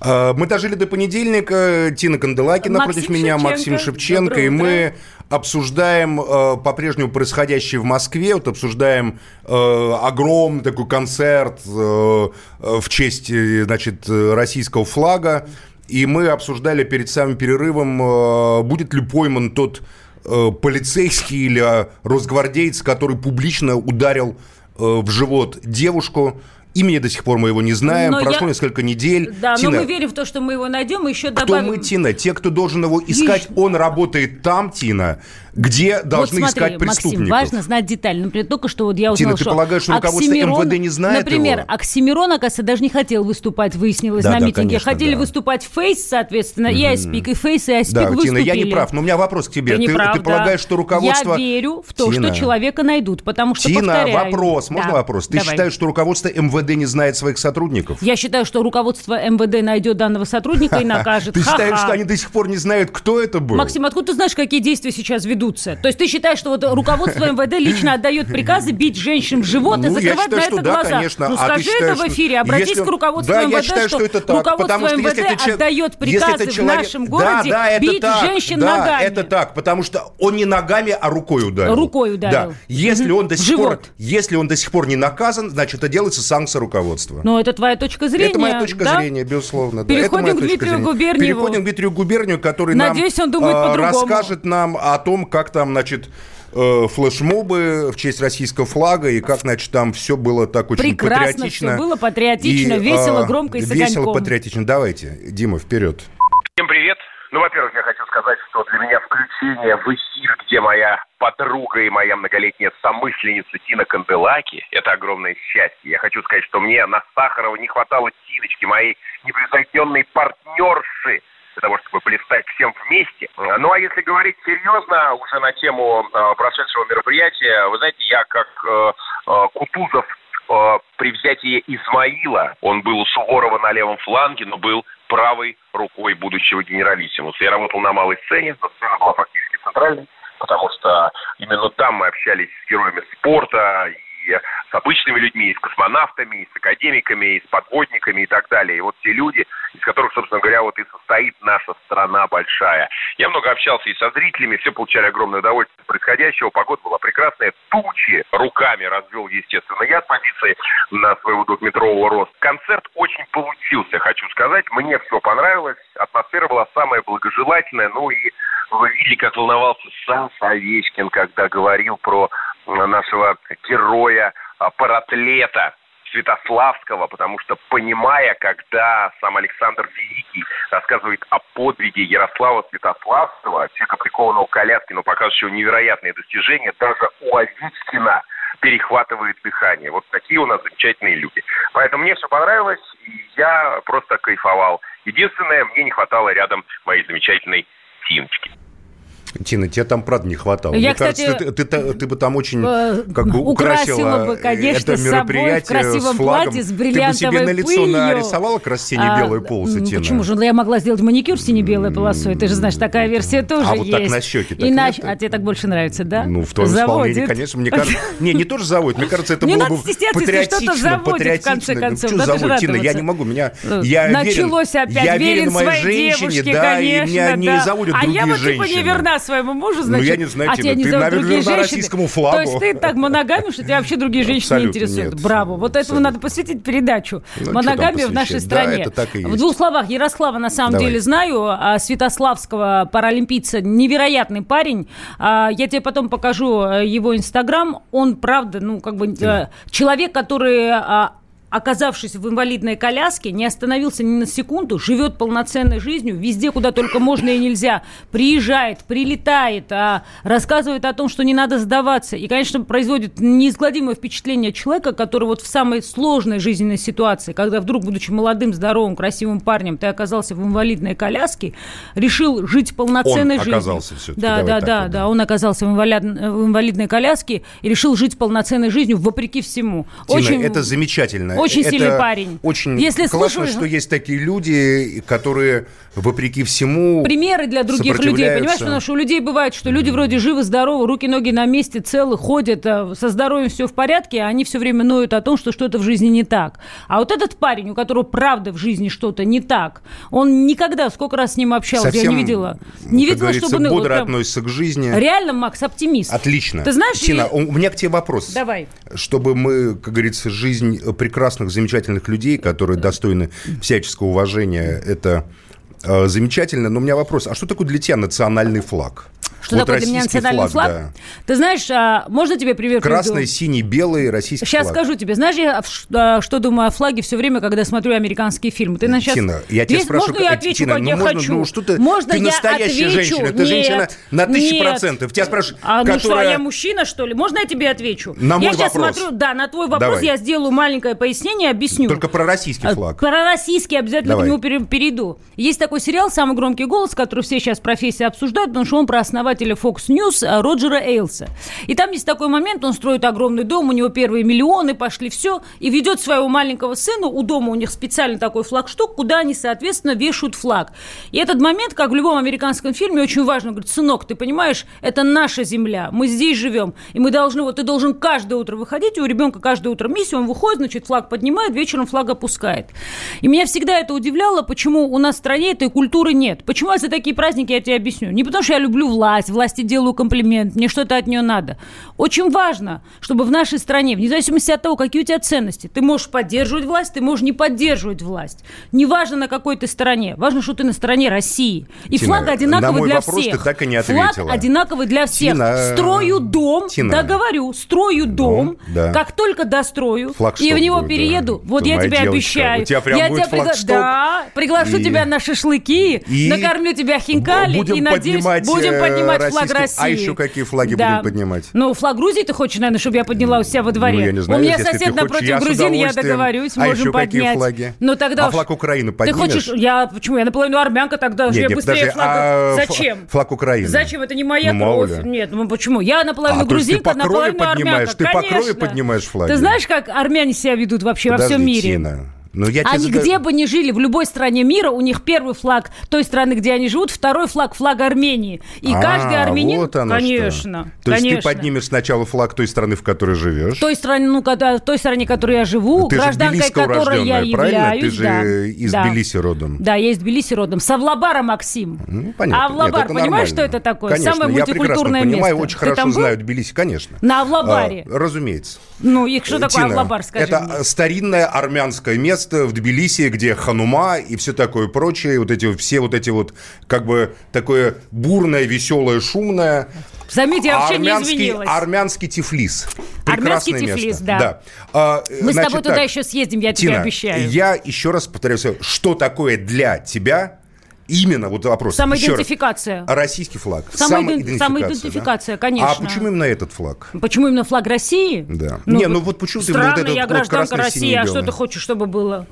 [SPEAKER 2] А, Мы дожили до понедельника. Тина Канделаки
[SPEAKER 3] Максим
[SPEAKER 2] напротив меня,
[SPEAKER 3] Шевченко.
[SPEAKER 2] Максим Шевченко.
[SPEAKER 3] Доброе
[SPEAKER 2] И
[SPEAKER 3] утро.
[SPEAKER 2] мы обсуждаем э, по-прежнему происходящее в Москве. Вот обсуждаем э, огромный такой концерт э, э, в честь э, значит, э, российского флага. И мы обсуждали перед самым перерывом, э, будет ли пойман тот э, полицейский или э, росгвардеец, который публично ударил э, в живот девушку. Имени до сих пор мы его не знаем.
[SPEAKER 3] Но
[SPEAKER 2] Прошло
[SPEAKER 3] я-
[SPEAKER 2] несколько недель.
[SPEAKER 3] Да,
[SPEAKER 2] Тина,
[SPEAKER 3] но мы верим в то, что мы его найдем, и еще
[SPEAKER 2] кто
[SPEAKER 3] добавим.
[SPEAKER 2] мы, типа, Тина? Те, кто должен его искать, он работает там, Тина, где должны
[SPEAKER 3] вот смотри,
[SPEAKER 2] искать преступников.
[SPEAKER 3] Максим, важно знать детали. Например, только что вот я
[SPEAKER 2] Тина,
[SPEAKER 3] узнала,
[SPEAKER 2] ты
[SPEAKER 3] что
[SPEAKER 2] полагаешь, что руководство
[SPEAKER 3] Оксимирон-
[SPEAKER 2] МВД не знает
[SPEAKER 3] Например,
[SPEAKER 2] его?
[SPEAKER 3] Оксимирон, оказывается, даже не хотел выступать, выяснилось,
[SPEAKER 2] Да,
[SPEAKER 3] на
[SPEAKER 2] да,
[SPEAKER 3] митинге.
[SPEAKER 2] конечно,
[SPEAKER 3] Хотели
[SPEAKER 2] да.
[SPEAKER 3] выступать Фейс, соответственно, и Айспик, и Фейс, и Айспик
[SPEAKER 2] Да,
[SPEAKER 3] выступили.
[SPEAKER 2] Тина, я не прав, но у меня вопрос к тебе.
[SPEAKER 3] Ты не прав, да.
[SPEAKER 2] полагаешь, что руководство...
[SPEAKER 3] Я верю в то,
[SPEAKER 2] Тина,
[SPEAKER 3] что человека найдут, потому что,
[SPEAKER 2] Тина,
[SPEAKER 3] повторяю...
[SPEAKER 2] вопрос, можно
[SPEAKER 3] Да,
[SPEAKER 2] вопрос? Ты
[SPEAKER 3] давай.
[SPEAKER 2] считаешь, что руководство МВД не знает своих сотрудников?
[SPEAKER 3] Я считаю, что руководство МВД найдет данного сотрудника и накажет.
[SPEAKER 2] Ты считаешь,
[SPEAKER 3] Ха-ха.
[SPEAKER 2] что они до сих пор не знают, кто это был?
[SPEAKER 3] Максим, откуда ты знаешь, какие действия сейчас ведутся? То есть ты считаешь, что вот руководство МВД лично отдает приказы бить женщин в живот и
[SPEAKER 2] Ну, я
[SPEAKER 3] закрывать
[SPEAKER 2] считаю,
[SPEAKER 3] на
[SPEAKER 2] что
[SPEAKER 3] это
[SPEAKER 2] да,
[SPEAKER 3] глаза?
[SPEAKER 2] конечно.
[SPEAKER 3] Ну,
[SPEAKER 2] А ты
[SPEAKER 3] скажи
[SPEAKER 2] считаешь,
[SPEAKER 3] это в
[SPEAKER 2] что-
[SPEAKER 3] эфире, обратись
[SPEAKER 2] если-
[SPEAKER 3] к руководству
[SPEAKER 2] Да,
[SPEAKER 3] МВД,
[SPEAKER 2] я считаю, что это так,
[SPEAKER 3] руководство
[SPEAKER 2] потому что
[SPEAKER 3] МВД
[SPEAKER 2] если это че-
[SPEAKER 3] отдает
[SPEAKER 2] если
[SPEAKER 3] приказы
[SPEAKER 2] это человек-
[SPEAKER 3] в нашем городе
[SPEAKER 2] да, да, это
[SPEAKER 3] бить
[SPEAKER 2] так,
[SPEAKER 3] женщин
[SPEAKER 2] да,
[SPEAKER 3] ногами.
[SPEAKER 2] это так, потому что он не ногами, а рукой ударил.
[SPEAKER 3] Рукой ударил.
[SPEAKER 2] Да. Если он до
[SPEAKER 3] В
[SPEAKER 2] сих пор,
[SPEAKER 3] живот.
[SPEAKER 2] если он до сих пор не наказан, значит, это делается санкция руководства.
[SPEAKER 3] Но Ну, это твоя точка зрения,
[SPEAKER 2] Это моя точка
[SPEAKER 3] да?
[SPEAKER 2] зрения, безусловно. да. Это
[SPEAKER 3] Переходим
[SPEAKER 2] моя
[SPEAKER 3] к
[SPEAKER 2] точка
[SPEAKER 3] Дмитрию
[SPEAKER 2] зрения.
[SPEAKER 3] Губерниеву.
[SPEAKER 2] Переходим к Дмитрию Губерниеву, который
[SPEAKER 3] Надеюсь,
[SPEAKER 2] нам
[SPEAKER 3] он думает
[SPEAKER 2] а,
[SPEAKER 3] по-другому.
[SPEAKER 2] расскажет нам о том, как там, значит, э, флешмобы в честь российского флага и как, значит, там все было так очень
[SPEAKER 3] Прекрасно
[SPEAKER 2] патриотично.
[SPEAKER 3] всё было патриотично,
[SPEAKER 2] И,
[SPEAKER 3] весело,
[SPEAKER 2] а,
[SPEAKER 3] громко и с
[SPEAKER 2] Весело,
[SPEAKER 3] огоньком.
[SPEAKER 2] патриотично. Давайте, Дима, вперед.
[SPEAKER 5] Всем привет. Ну, во-первых, я хочу сказать, что для меня включение в эфир, где моя подруга и моя многолетняя самышленница Тина Канделаки, это огромное счастье. Я хочу сказать, что мне на Сахарова не хватало Тиночки, моей непревзойденной партнерши, для того, чтобы полистать всем вместе. Ну, а если говорить серьезно уже на тему э, прошедшего мероприятия, вы знаете, я как э, э, Кутузов э, при взятии Исмаила он был у Суворова на левом фланге, но был правой рукой будущего генералиссимуса. Я работал на малой сцене, но сцена была фактически центральной, потому что именно там мы общались с героями спорта, и с обычными людьми, и с космонавтами, и с академиками, и с подводниками и так далее. И вот те люди, из которых, собственно говоря, вот и состоит наша страна большая. Я много общался и со зрителями, все получали огромное удовольствие от происходящего. Погода была прекрасная. Тучи руками развел, естественно, я с позиции на своего двухметрового роста. Концерт очень получился, хочу сказать. Мне все понравилось. Атмосфера была самая благожелательная. Ну и вы видели, как волновался сам Савечкин, когда говорил про э, нашего героя, а, паратлета Святославского, потому что, понимая, когда сам Александр Великий рассказывает о подвиге Ярослава Святославского, человека, прикованного к коляске, но показывающего невероятные достижения, даже у Овечкина перехватывает дыхание. Вот такие у нас замечательные люди. Поэтому мне все понравилось, и я просто кайфовал. Единственное, мне не хватало рядом моей замечательной Тиночки.
[SPEAKER 2] Тина, тебе там, правда, не хватало.
[SPEAKER 3] Я,
[SPEAKER 2] Мне
[SPEAKER 3] кстати,
[SPEAKER 2] кажется, ты, ты- ты бы там очень
[SPEAKER 3] э,
[SPEAKER 2] как бы украсила,
[SPEAKER 3] украсила бы, конечно,
[SPEAKER 2] это
[SPEAKER 3] с собой в
[SPEAKER 2] мероприятие
[SPEAKER 3] красивом
[SPEAKER 2] с флагом.
[SPEAKER 3] платье с
[SPEAKER 2] Ты бы себе
[SPEAKER 3] бриллиантовой
[SPEAKER 2] на лицо
[SPEAKER 3] пылью.
[SPEAKER 2] нарисовала как раз сине-белые
[SPEAKER 3] А,
[SPEAKER 2] полосы,
[SPEAKER 3] ну,
[SPEAKER 2] Тина?
[SPEAKER 3] Почему же? Ну, Я могла сделать маникюр с сине-белой полосой. Ты же знаешь, такая версия тоже
[SPEAKER 2] А вот так
[SPEAKER 3] есть.
[SPEAKER 2] на щеке так
[SPEAKER 3] Иначе...
[SPEAKER 2] нет?
[SPEAKER 3] А тебе так больше нравится, да?
[SPEAKER 2] Ну, в твоем
[SPEAKER 3] Заводит.
[SPEAKER 2] исполнении, конечно, мне кажется... Не, не тоже заводит, мне кажется, это
[SPEAKER 3] Не
[SPEAKER 2] было
[SPEAKER 3] надо
[SPEAKER 2] бы
[SPEAKER 3] стесняться, если что-то
[SPEAKER 2] патриотично,
[SPEAKER 3] заводит, в
[SPEAKER 2] патриотично.
[SPEAKER 3] конце
[SPEAKER 2] Ну,
[SPEAKER 3] концов,
[SPEAKER 2] чё
[SPEAKER 3] надо же
[SPEAKER 2] заводит, Тина, я
[SPEAKER 3] радоваться.
[SPEAKER 2] не могу, меня...
[SPEAKER 3] Э,
[SPEAKER 2] Я верен-
[SPEAKER 3] Началось опять.
[SPEAKER 2] Я верен
[SPEAKER 3] верен
[SPEAKER 2] моей
[SPEAKER 3] своей
[SPEAKER 2] женщине,
[SPEAKER 3] девушке,
[SPEAKER 2] да,
[SPEAKER 3] конечно,
[SPEAKER 2] и меня не
[SPEAKER 3] да.
[SPEAKER 2] заводят
[SPEAKER 3] А
[SPEAKER 2] другие
[SPEAKER 3] я вот
[SPEAKER 2] женщины. Ну,
[SPEAKER 3] типа не верна своему мужу, значит.
[SPEAKER 2] я не знаю,
[SPEAKER 3] а
[SPEAKER 2] Тина,
[SPEAKER 3] тебя не
[SPEAKER 2] ты,
[SPEAKER 3] зовут
[SPEAKER 2] наверное,
[SPEAKER 3] другие
[SPEAKER 2] верна
[SPEAKER 3] женщины.
[SPEAKER 2] российскому флагу. Ну,
[SPEAKER 3] То есть ты так моногамишь, что тебя вообще другие женщины не
[SPEAKER 2] Абсолютно
[SPEAKER 3] интересуют.
[SPEAKER 2] нет. Ну,
[SPEAKER 3] Браво. Вот этому
[SPEAKER 2] Абсолютно.
[SPEAKER 3] надо посвятить передачу.
[SPEAKER 2] Ну, чё там
[SPEAKER 3] Моногамия в нашей
[SPEAKER 2] посвящать? Да,
[SPEAKER 3] стране.
[SPEAKER 2] это так и
[SPEAKER 3] В
[SPEAKER 2] есть.
[SPEAKER 3] двух словах, Ярослава на самом
[SPEAKER 2] Давай.
[SPEAKER 3] деле знаю, а Святославского паралимпийца невероятный парень. А, Я тебе потом покажу э, его инстаграм. Он, правда, ну, как бы э, человек, который а, оказавшись в инвалидной коляске, не остановился ни на секунду, живет полноценной жизнью везде, куда только можно и нельзя. Приезжает, прилетает, а, рассказывает о том, что не надо сдаваться. И, конечно, производит неизгладимое впечатление человека, который вот в самой сложной жизненной ситуации, когда вдруг, будучи молодым, здоровым, красивым парнем, ты оказался в инвалидной коляске, решил жить полноценной
[SPEAKER 2] Он
[SPEAKER 3] жизнью.
[SPEAKER 2] оказался всё-таки,
[SPEAKER 3] Да,
[SPEAKER 2] давай
[SPEAKER 3] да,
[SPEAKER 2] так
[SPEAKER 3] да,
[SPEAKER 2] вот,
[SPEAKER 3] да. Он оказался в, инвалид- в инвалидной коляске и решил жить полноценной жизнью вопреки всему.
[SPEAKER 2] Тина, это замечательно.
[SPEAKER 3] очень
[SPEAKER 2] Это
[SPEAKER 3] сильный парень.
[SPEAKER 2] Очень
[SPEAKER 3] Если
[SPEAKER 2] классно,
[SPEAKER 3] слушаешь-
[SPEAKER 2] что есть такие люди, которые, вопреки всему...
[SPEAKER 3] примеры для других людей.
[SPEAKER 2] сопротивляются.
[SPEAKER 3] Понимаешь, потому что у людей бывает, что люди вроде живы, здоровы, руки, ноги на месте, целы, ходят, э, со здоровьем все в порядке, а они все время ноют о том, что что-то в жизни не так. А вот этот парень, у которого правда в жизни что-то не так, он никогда, сколько раз с ним общалась, я
[SPEAKER 2] совсем, ну,
[SPEAKER 3] не видела.
[SPEAKER 2] как
[SPEAKER 3] Не видела,
[SPEAKER 2] говорится,
[SPEAKER 3] чтобы... ныл. Вот
[SPEAKER 2] бодро
[SPEAKER 3] прям-
[SPEAKER 2] относится к жизни.
[SPEAKER 3] Реально, Макс, оптимист.
[SPEAKER 2] Отлично.
[SPEAKER 3] Ты знаешь,
[SPEAKER 2] Тина,
[SPEAKER 3] и-
[SPEAKER 2] у у меня к тебе вопрос.
[SPEAKER 3] Давай.
[SPEAKER 2] Чтобы мы, как говорится, жизнь э, прекрасных, замечательных людей, которые достойны всяческого уважения, это э, замечательно. Но у меня вопрос, а что такое для тебя национальный флаг?
[SPEAKER 3] Что
[SPEAKER 2] Вот
[SPEAKER 3] такое для меня
[SPEAKER 2] российский
[SPEAKER 3] национальный флаг?
[SPEAKER 2] да.
[SPEAKER 3] Ты знаешь, а, можно тебе привет?
[SPEAKER 2] Красный, синий, белый российский
[SPEAKER 3] Сейчас
[SPEAKER 2] флаг.
[SPEAKER 3] скажу тебе. Знаешь, я в ш- а, что думаю о флаге все время, когда смотрю американские фильмы? Ты на сейчас...
[SPEAKER 2] Тина, я тебя спрашиваю,
[SPEAKER 3] можно я
[SPEAKER 2] э,
[SPEAKER 3] отвечу,
[SPEAKER 2] Тина,
[SPEAKER 3] как
[SPEAKER 2] ну
[SPEAKER 3] я
[SPEAKER 2] можно,
[SPEAKER 3] хочу?
[SPEAKER 2] ну что ты,
[SPEAKER 3] можно
[SPEAKER 2] ты
[SPEAKER 3] я
[SPEAKER 2] настоящая
[SPEAKER 3] отвечу?
[SPEAKER 2] женщина, ты
[SPEAKER 3] Нет,
[SPEAKER 2] женщина на тысячу
[SPEAKER 3] нет.
[SPEAKER 2] процентов. Тебя спрашивают,
[SPEAKER 3] А, ну что, а
[SPEAKER 2] которая-
[SPEAKER 3] я мужчина, что ли? Можно я тебе отвечу?
[SPEAKER 2] На мой
[SPEAKER 3] я сейчас
[SPEAKER 2] вопрос.
[SPEAKER 3] смотрю, да, на твой вопрос
[SPEAKER 2] Давай.
[SPEAKER 3] я сделаю маленькое пояснение, объясню.
[SPEAKER 2] Только про российский
[SPEAKER 3] А,
[SPEAKER 2] флаг.
[SPEAKER 3] Про российский обязательно
[SPEAKER 2] Давай.
[SPEAKER 3] к нему пере- перейду. Есть такой сериал «Самый громкий голос», который все сейчас профессии обсуждают, потому что он про основателя Fox News а, Роджера Эйлса. И там есть такой момент, он строит огромный дом, у него первые миллионы, пошли все, и ведет своего маленького сына, у дома у них специально такой флагшток, куда они, соответственно, вешают флаг. И этот момент, как в любом американском фильме, очень важно. Он Говорит, сынок, ты понимаешь, это наша земля, мы здесь живем, и мы должны, вот ты должен каждое утро выходить, и у ребенка каждое утро миссия, он выходит, значит, флаг поднимает, вечером флаг опускает. И меня всегда это удивляло, почему у нас в стране этой культуры нет. Почему за такие праздники, я тебе объясню. Не потому, что я люблю власть, власти делаю комплимент, мне что-то от нее надо. Очень важно, чтобы в нашей стране, вне зависимости от того, какие у тебя ценности, ты можешь поддерживать власть, ты можешь не поддерживать власть. Неважно, на какой ты стороне. Важно, что ты на стороне России. И
[SPEAKER 2] Тина,
[SPEAKER 3] флаг одинаковый
[SPEAKER 2] на мой
[SPEAKER 3] для
[SPEAKER 2] вопрос
[SPEAKER 3] всех.
[SPEAKER 2] ты так и не ответила.
[SPEAKER 3] Флаг одинаковый для всех.
[SPEAKER 2] Тина,
[SPEAKER 3] Строю дом,
[SPEAKER 2] Тина.
[SPEAKER 3] договорю, строю дом,
[SPEAKER 2] Ну, да.
[SPEAKER 3] как только дострою,
[SPEAKER 2] Флагшток
[SPEAKER 3] и в него
[SPEAKER 2] будет, да.
[SPEAKER 3] перееду, вот
[SPEAKER 2] Ты
[SPEAKER 3] я
[SPEAKER 2] моя
[SPEAKER 3] тебе
[SPEAKER 2] девочка.
[SPEAKER 3] обещаю.
[SPEAKER 2] У тебя прям
[SPEAKER 3] я
[SPEAKER 2] будет
[SPEAKER 3] тебя пригла-
[SPEAKER 2] флагшток.
[SPEAKER 3] Да, приглашу
[SPEAKER 2] И-
[SPEAKER 3] тебя на шашлыки,
[SPEAKER 2] И
[SPEAKER 3] накормлю тебя хинкали
[SPEAKER 2] будем
[SPEAKER 3] и, надеюсь,
[SPEAKER 2] поднимать, э,
[SPEAKER 3] будем поднимать флаг
[SPEAKER 2] российский-
[SPEAKER 3] России.
[SPEAKER 2] а еще какие флаги будем поднимать?
[SPEAKER 3] Ну, флаг Грузии ты хочешь, наверное, чтобы я подняла у себя во дворе.
[SPEAKER 2] Ну, я не знаю,
[SPEAKER 3] у меня
[SPEAKER 2] если ты
[SPEAKER 3] сосед
[SPEAKER 2] хочешь,
[SPEAKER 3] напротив
[SPEAKER 2] я с
[SPEAKER 3] грузин, я
[SPEAKER 2] удовольствием.
[SPEAKER 3] договорюсь,
[SPEAKER 2] А
[SPEAKER 3] можем
[SPEAKER 2] еще какие
[SPEAKER 3] поднять.
[SPEAKER 2] флаги?
[SPEAKER 3] Ну, тогда
[SPEAKER 2] А
[SPEAKER 3] уж-
[SPEAKER 2] фlag Украины
[SPEAKER 3] Ты
[SPEAKER 2] поднимешь?
[SPEAKER 3] хочешь, я почему? Я наполовину армянка тогда,
[SPEAKER 2] Не,
[SPEAKER 3] я
[SPEAKER 2] не,
[SPEAKER 3] быстрее
[SPEAKER 2] подожди,
[SPEAKER 3] флага.
[SPEAKER 2] а, ф-
[SPEAKER 3] Зачем?
[SPEAKER 2] флаг Украины?
[SPEAKER 3] Зачем? Это не моя
[SPEAKER 2] Ну, мало
[SPEAKER 3] кровь.
[SPEAKER 2] ли.
[SPEAKER 3] Нет, ну почему? Я наполовину
[SPEAKER 2] А, то есть ты по
[SPEAKER 3] грузинка,
[SPEAKER 2] крови
[SPEAKER 3] наполовину
[SPEAKER 2] поднимаешь?
[SPEAKER 3] армянка.
[SPEAKER 2] Ты по крови
[SPEAKER 3] Конечно.
[SPEAKER 2] поднимаешь флаги?
[SPEAKER 3] Ты знаешь, как армяне себя ведут вообще во всем
[SPEAKER 2] Подожди,
[SPEAKER 3] мире?
[SPEAKER 2] Тина. Ну, я тебе
[SPEAKER 3] Они
[SPEAKER 2] задаю-
[SPEAKER 3] где бы ни жили, в любой стране мира, у них первый флаг той страны, где они живут, второй флаг флаг Армении. И
[SPEAKER 2] А,
[SPEAKER 3] каждый армянин,
[SPEAKER 2] вот оно что.
[SPEAKER 3] конечно,
[SPEAKER 2] То есть ты
[SPEAKER 3] конечно.
[SPEAKER 2] поднимешь сначала флаг той страны, в которой живешь. Ну,
[SPEAKER 3] В той стране, ну, когда, в той стране, в которой я живу,
[SPEAKER 2] А Ты же
[SPEAKER 3] гражданкой
[SPEAKER 2] тбилисского
[SPEAKER 3] которой я
[SPEAKER 2] рожденная, правильно?
[SPEAKER 3] являюсь.
[SPEAKER 2] Ты же
[SPEAKER 3] да.
[SPEAKER 2] из
[SPEAKER 3] Да.
[SPEAKER 2] Тбилиси родом.
[SPEAKER 3] Да, я из Тбилиси родом. Савлабара Максим.
[SPEAKER 2] Ну, понятно.
[SPEAKER 3] А Авлабар,
[SPEAKER 2] Нет, это
[SPEAKER 3] понимаешь,
[SPEAKER 2] нормально.
[SPEAKER 3] что это такое?
[SPEAKER 2] Конечно,
[SPEAKER 3] Самое
[SPEAKER 2] я прекрасно
[SPEAKER 3] мультикультурное
[SPEAKER 2] понимаю,
[SPEAKER 3] место.
[SPEAKER 2] очень
[SPEAKER 3] Ты
[SPEAKER 2] хорошо
[SPEAKER 3] там был?
[SPEAKER 2] знаю Тбилиси, конечно.
[SPEAKER 3] На Авлабаре?
[SPEAKER 2] А, разумеется.
[SPEAKER 3] Ну, и что такое
[SPEAKER 2] Э, Тина,
[SPEAKER 3] Авлабар, скажи
[SPEAKER 2] Это
[SPEAKER 3] мне?
[SPEAKER 2] э, старинное армянское место в Тбилиси, где ханума и все такое прочее, вот эти вот- все вот эти вот, как бы, такое бурное, веселое, шумное.
[SPEAKER 3] Заметь, я вообще не
[SPEAKER 2] армянский,
[SPEAKER 3] изменилась.
[SPEAKER 2] армянский Тифлис.
[SPEAKER 3] Армянский
[SPEAKER 2] Прекрасное
[SPEAKER 3] Тифлис,
[SPEAKER 2] место.
[SPEAKER 3] да.
[SPEAKER 2] А, э,
[SPEAKER 3] Мы с
[SPEAKER 2] значит
[SPEAKER 3] тобой туда
[SPEAKER 2] так,
[SPEAKER 3] еще съездим, я тебе
[SPEAKER 2] Тина,
[SPEAKER 3] обещаю.
[SPEAKER 2] я еще раз повторяю, что такое для тебя Именно, вот вопрос.
[SPEAKER 3] Самоидентификация.
[SPEAKER 2] Еще раз. Российский флаг.
[SPEAKER 3] Самоиден-
[SPEAKER 2] Самоидентификация,
[SPEAKER 3] самоидентификация, конечно.
[SPEAKER 2] А почему именно этот флаг?
[SPEAKER 3] Почему именно флаг России?
[SPEAKER 2] Да. Не, ну вот почему ты вот
[SPEAKER 3] странно,
[SPEAKER 2] этот
[SPEAKER 3] я
[SPEAKER 2] вот
[SPEAKER 3] гражданка России,
[SPEAKER 2] красно-синий
[SPEAKER 3] а что
[SPEAKER 2] белый?
[SPEAKER 3] ты хочешь, чтобы было?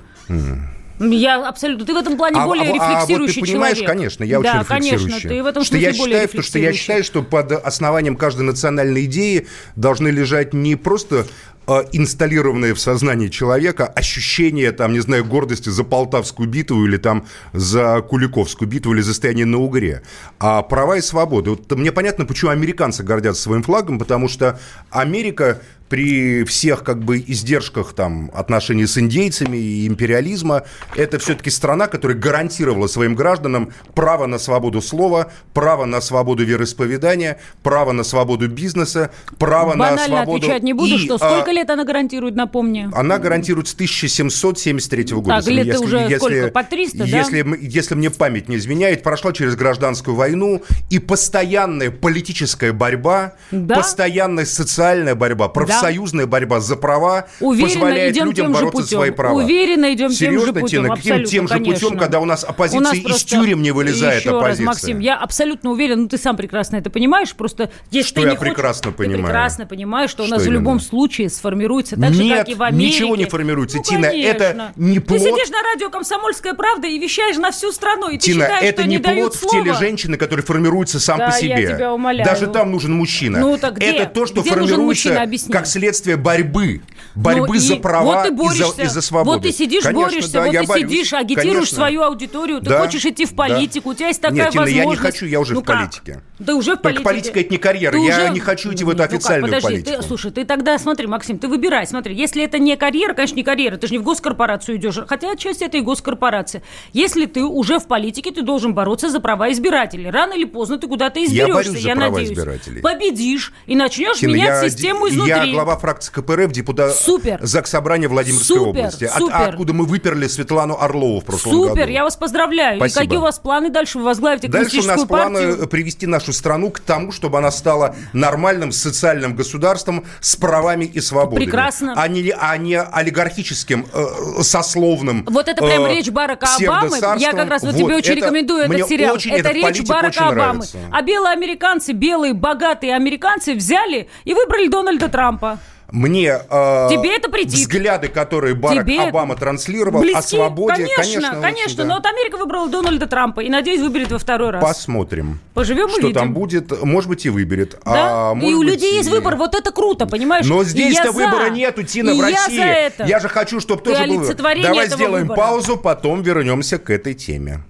[SPEAKER 3] Я абсолютно... Ты в этом плане
[SPEAKER 2] А-
[SPEAKER 3] более
[SPEAKER 2] а- а вот
[SPEAKER 3] рефлексирующий
[SPEAKER 2] ты понимаешь,
[SPEAKER 3] человек.
[SPEAKER 2] конечно, я
[SPEAKER 3] да,
[SPEAKER 2] очень рефлексирующий.
[SPEAKER 3] конечно, ты в этом
[SPEAKER 2] что
[SPEAKER 3] смысле
[SPEAKER 2] я
[SPEAKER 3] более
[SPEAKER 2] считаю, потому что я
[SPEAKER 3] рефлексирующий.
[SPEAKER 2] считаю, что под основанием каждой национальной идеи должны лежать не просто э, инсталлированные в сознании человека ощущение, там, не знаю, гордости за Полтавскую битву или там за Куликовскую битву или за стояние на Угре, а права и свободы. Вот мне понятно, почему американцы гордятся своим флагом, потому что Америка при всех как бы издержках там отношений с индейцами и империализма, это все-таки страна, которая гарантировала своим гражданам право на свободу слова, право на свободу вероисповедания, право на свободу бизнеса, право на
[SPEAKER 3] Банально
[SPEAKER 2] свободу...
[SPEAKER 3] отвечать не буду,
[SPEAKER 2] И,
[SPEAKER 3] что
[SPEAKER 2] а,
[SPEAKER 3] сколько лет она гарантирует, напомни.
[SPEAKER 2] она гарантирует с 1773 года.
[SPEAKER 3] Так, лет-то уже сколько, по 300, да?
[SPEAKER 2] если, м- если мне память не изменяет, прошла через гражданскую войну и постоянная политическая борьба,
[SPEAKER 3] Да.
[SPEAKER 2] постоянная социальная борьба, профсоюзная борьба за права
[SPEAKER 3] Уверенно
[SPEAKER 2] позволяет
[SPEAKER 3] идем
[SPEAKER 2] людям
[SPEAKER 3] тем же
[SPEAKER 2] бороться за
[SPEAKER 3] путем.
[SPEAKER 2] свои права.
[SPEAKER 3] Уверенно идем
[SPEAKER 2] Серьезно,
[SPEAKER 3] тем же путем.
[SPEAKER 2] Тина, каким
[SPEAKER 3] абсолютно,
[SPEAKER 2] тем же
[SPEAKER 3] конечно.
[SPEAKER 2] путем, когда у нас оппозиция
[SPEAKER 3] У нас
[SPEAKER 2] из
[SPEAKER 3] просто-
[SPEAKER 2] тюрем не вылезает,
[SPEAKER 3] Еще раз,
[SPEAKER 2] оппозиция?
[SPEAKER 3] Максим, я абсолютно уверен, ну ты сам прекрасно это понимаешь, просто если
[SPEAKER 2] Что
[SPEAKER 3] ты
[SPEAKER 2] я
[SPEAKER 3] не хочешь,
[SPEAKER 2] прекрасно
[SPEAKER 3] ты
[SPEAKER 2] понимаю.
[SPEAKER 3] прекрасно понимаешь, что, у
[SPEAKER 2] Что
[SPEAKER 3] нас в
[SPEAKER 2] именно?
[SPEAKER 3] любом случае сформируется так же,
[SPEAKER 2] Нет,
[SPEAKER 3] как и в Америке.
[SPEAKER 2] ничего не формируется,
[SPEAKER 3] Ну,
[SPEAKER 2] Тина, это
[SPEAKER 3] конечно.
[SPEAKER 2] не
[SPEAKER 3] Ты
[SPEAKER 2] плод-
[SPEAKER 3] сидишь на радио «Комсомольская правда» и вещаешь на всю страну, и ты
[SPEAKER 2] Тина,
[SPEAKER 3] считаешь,
[SPEAKER 2] это
[SPEAKER 3] что
[SPEAKER 2] не
[SPEAKER 3] не дают
[SPEAKER 2] плод в теле
[SPEAKER 3] слова.
[SPEAKER 2] женщины, который формируется сам
[SPEAKER 3] Да,
[SPEAKER 2] по
[SPEAKER 3] я
[SPEAKER 2] себе.
[SPEAKER 3] тебя умоляю.
[SPEAKER 2] Даже там нужен мужчина.
[SPEAKER 3] Ну, так где?
[SPEAKER 2] Это то, что
[SPEAKER 3] Где нужен мужчина?
[SPEAKER 2] формируется
[SPEAKER 3] Объясни.
[SPEAKER 2] как следствие борьбы. Борьбы
[SPEAKER 3] Ну и
[SPEAKER 2] за права
[SPEAKER 3] вот ты
[SPEAKER 2] и, за,
[SPEAKER 3] борешься,
[SPEAKER 2] и за свободу.
[SPEAKER 3] Вот ты сидишь,
[SPEAKER 2] Конечно,
[SPEAKER 3] борешься,
[SPEAKER 2] да,
[SPEAKER 3] вот
[SPEAKER 2] я
[SPEAKER 3] ты
[SPEAKER 2] борюсь.
[SPEAKER 3] сидишь, агитируешь
[SPEAKER 2] Конечно.
[SPEAKER 3] свою аудиторию, ты
[SPEAKER 2] Да,
[SPEAKER 3] хочешь идти в
[SPEAKER 2] да.
[SPEAKER 3] политику, у тебя есть такая
[SPEAKER 2] Нет, Тина, я не
[SPEAKER 3] возможность.
[SPEAKER 2] хочу, я уже
[SPEAKER 3] Ну
[SPEAKER 2] в
[SPEAKER 3] как?
[SPEAKER 2] политике.
[SPEAKER 3] Да уже в
[SPEAKER 2] Только
[SPEAKER 3] политике.
[SPEAKER 2] политика это не карьера,
[SPEAKER 3] Ты
[SPEAKER 2] я не хочу идти в эту
[SPEAKER 3] Ну как,
[SPEAKER 2] официальную
[SPEAKER 3] подожди,
[SPEAKER 2] политику.
[SPEAKER 3] Ты, слушай, ты тогда, смотри, Максим, ты выбирай, смотри, если это не карьера, конечно, не карьера, ты же не в госкорпорацию идешь, хотя отчасти это и госкорпорация. Если ты уже в политике, ты должен бороться за права избирателей. Рано или поздно ты куда-то изберешься,
[SPEAKER 2] борюсь за права
[SPEAKER 3] надеюсь.
[SPEAKER 2] избирателей.
[SPEAKER 3] Победишь и начнешь
[SPEAKER 2] Тина,
[SPEAKER 3] менять
[SPEAKER 2] я,
[SPEAKER 3] систему
[SPEAKER 2] я
[SPEAKER 3] изнутри.
[SPEAKER 2] глава фракции КПРФ, депутат
[SPEAKER 3] Супер.
[SPEAKER 2] Заксобрания Владимирской
[SPEAKER 3] Супер,
[SPEAKER 2] области. От-
[SPEAKER 3] супер.
[SPEAKER 2] откуда мы выперли Светлану Орлову в прошлом году.
[SPEAKER 3] Супер, я вас поздравляю.
[SPEAKER 2] Спасибо.
[SPEAKER 3] И какие у вас планы дальше? Вы возглавите
[SPEAKER 2] Дальше у нас
[SPEAKER 3] коммунистическую
[SPEAKER 2] планы
[SPEAKER 3] партию?
[SPEAKER 2] э, привести нашу страну к тому, чтобы она стала нормальным социальным государством с правами и свободами.
[SPEAKER 3] Прекрасно.
[SPEAKER 2] А не, а не олигархическим, э, сословным.
[SPEAKER 3] Вот это
[SPEAKER 2] э,
[SPEAKER 3] прям речь Барака Обамы. Я как раз вот, тебе очень
[SPEAKER 2] это-
[SPEAKER 3] рекомендую
[SPEAKER 2] мне
[SPEAKER 3] этот сериал.
[SPEAKER 2] очень
[SPEAKER 3] это
[SPEAKER 2] этот
[SPEAKER 3] речь
[SPEAKER 2] политик
[SPEAKER 3] Барака
[SPEAKER 2] очень
[SPEAKER 3] Обамы.
[SPEAKER 2] нравится.
[SPEAKER 3] А белые американцы, белые богатые американцы взяли и выбрали Дональда Трампа.
[SPEAKER 2] Мне э,
[SPEAKER 3] Тебе это претит.
[SPEAKER 2] взгляды, которые Барак
[SPEAKER 3] Тебе это
[SPEAKER 2] Обама транслировал
[SPEAKER 3] Близки?
[SPEAKER 2] о свободе,
[SPEAKER 3] конечно,
[SPEAKER 2] конечно,
[SPEAKER 3] конечно.
[SPEAKER 2] очень, да.
[SPEAKER 3] Но вот Америка выбрала Дональда Трампа и, надеюсь, выберет во второй раз.
[SPEAKER 2] Посмотрим,
[SPEAKER 3] Поживем
[SPEAKER 2] что
[SPEAKER 3] увидим.
[SPEAKER 2] там будет. Может быть, и выберет.
[SPEAKER 3] Да?
[SPEAKER 2] А
[SPEAKER 3] и
[SPEAKER 2] может
[SPEAKER 3] у
[SPEAKER 2] быть,
[SPEAKER 3] людей есть
[SPEAKER 2] и-
[SPEAKER 3] выбор, вот это круто, понимаешь?
[SPEAKER 2] Но
[SPEAKER 3] И я
[SPEAKER 2] здесь-то выбора
[SPEAKER 3] за.
[SPEAKER 2] нету, Тина,
[SPEAKER 3] И
[SPEAKER 2] в
[SPEAKER 3] я
[SPEAKER 2] России.
[SPEAKER 3] за это.
[SPEAKER 2] Я же хочу, чтобы
[SPEAKER 3] Ты
[SPEAKER 2] тоже был выбор.
[SPEAKER 3] олицетворение
[SPEAKER 2] Давай
[SPEAKER 3] этого
[SPEAKER 2] сделаем
[SPEAKER 3] выбора.
[SPEAKER 2] паузу, потом вернемся к этой теме.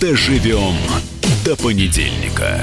[SPEAKER 1] Доживем до понедельника.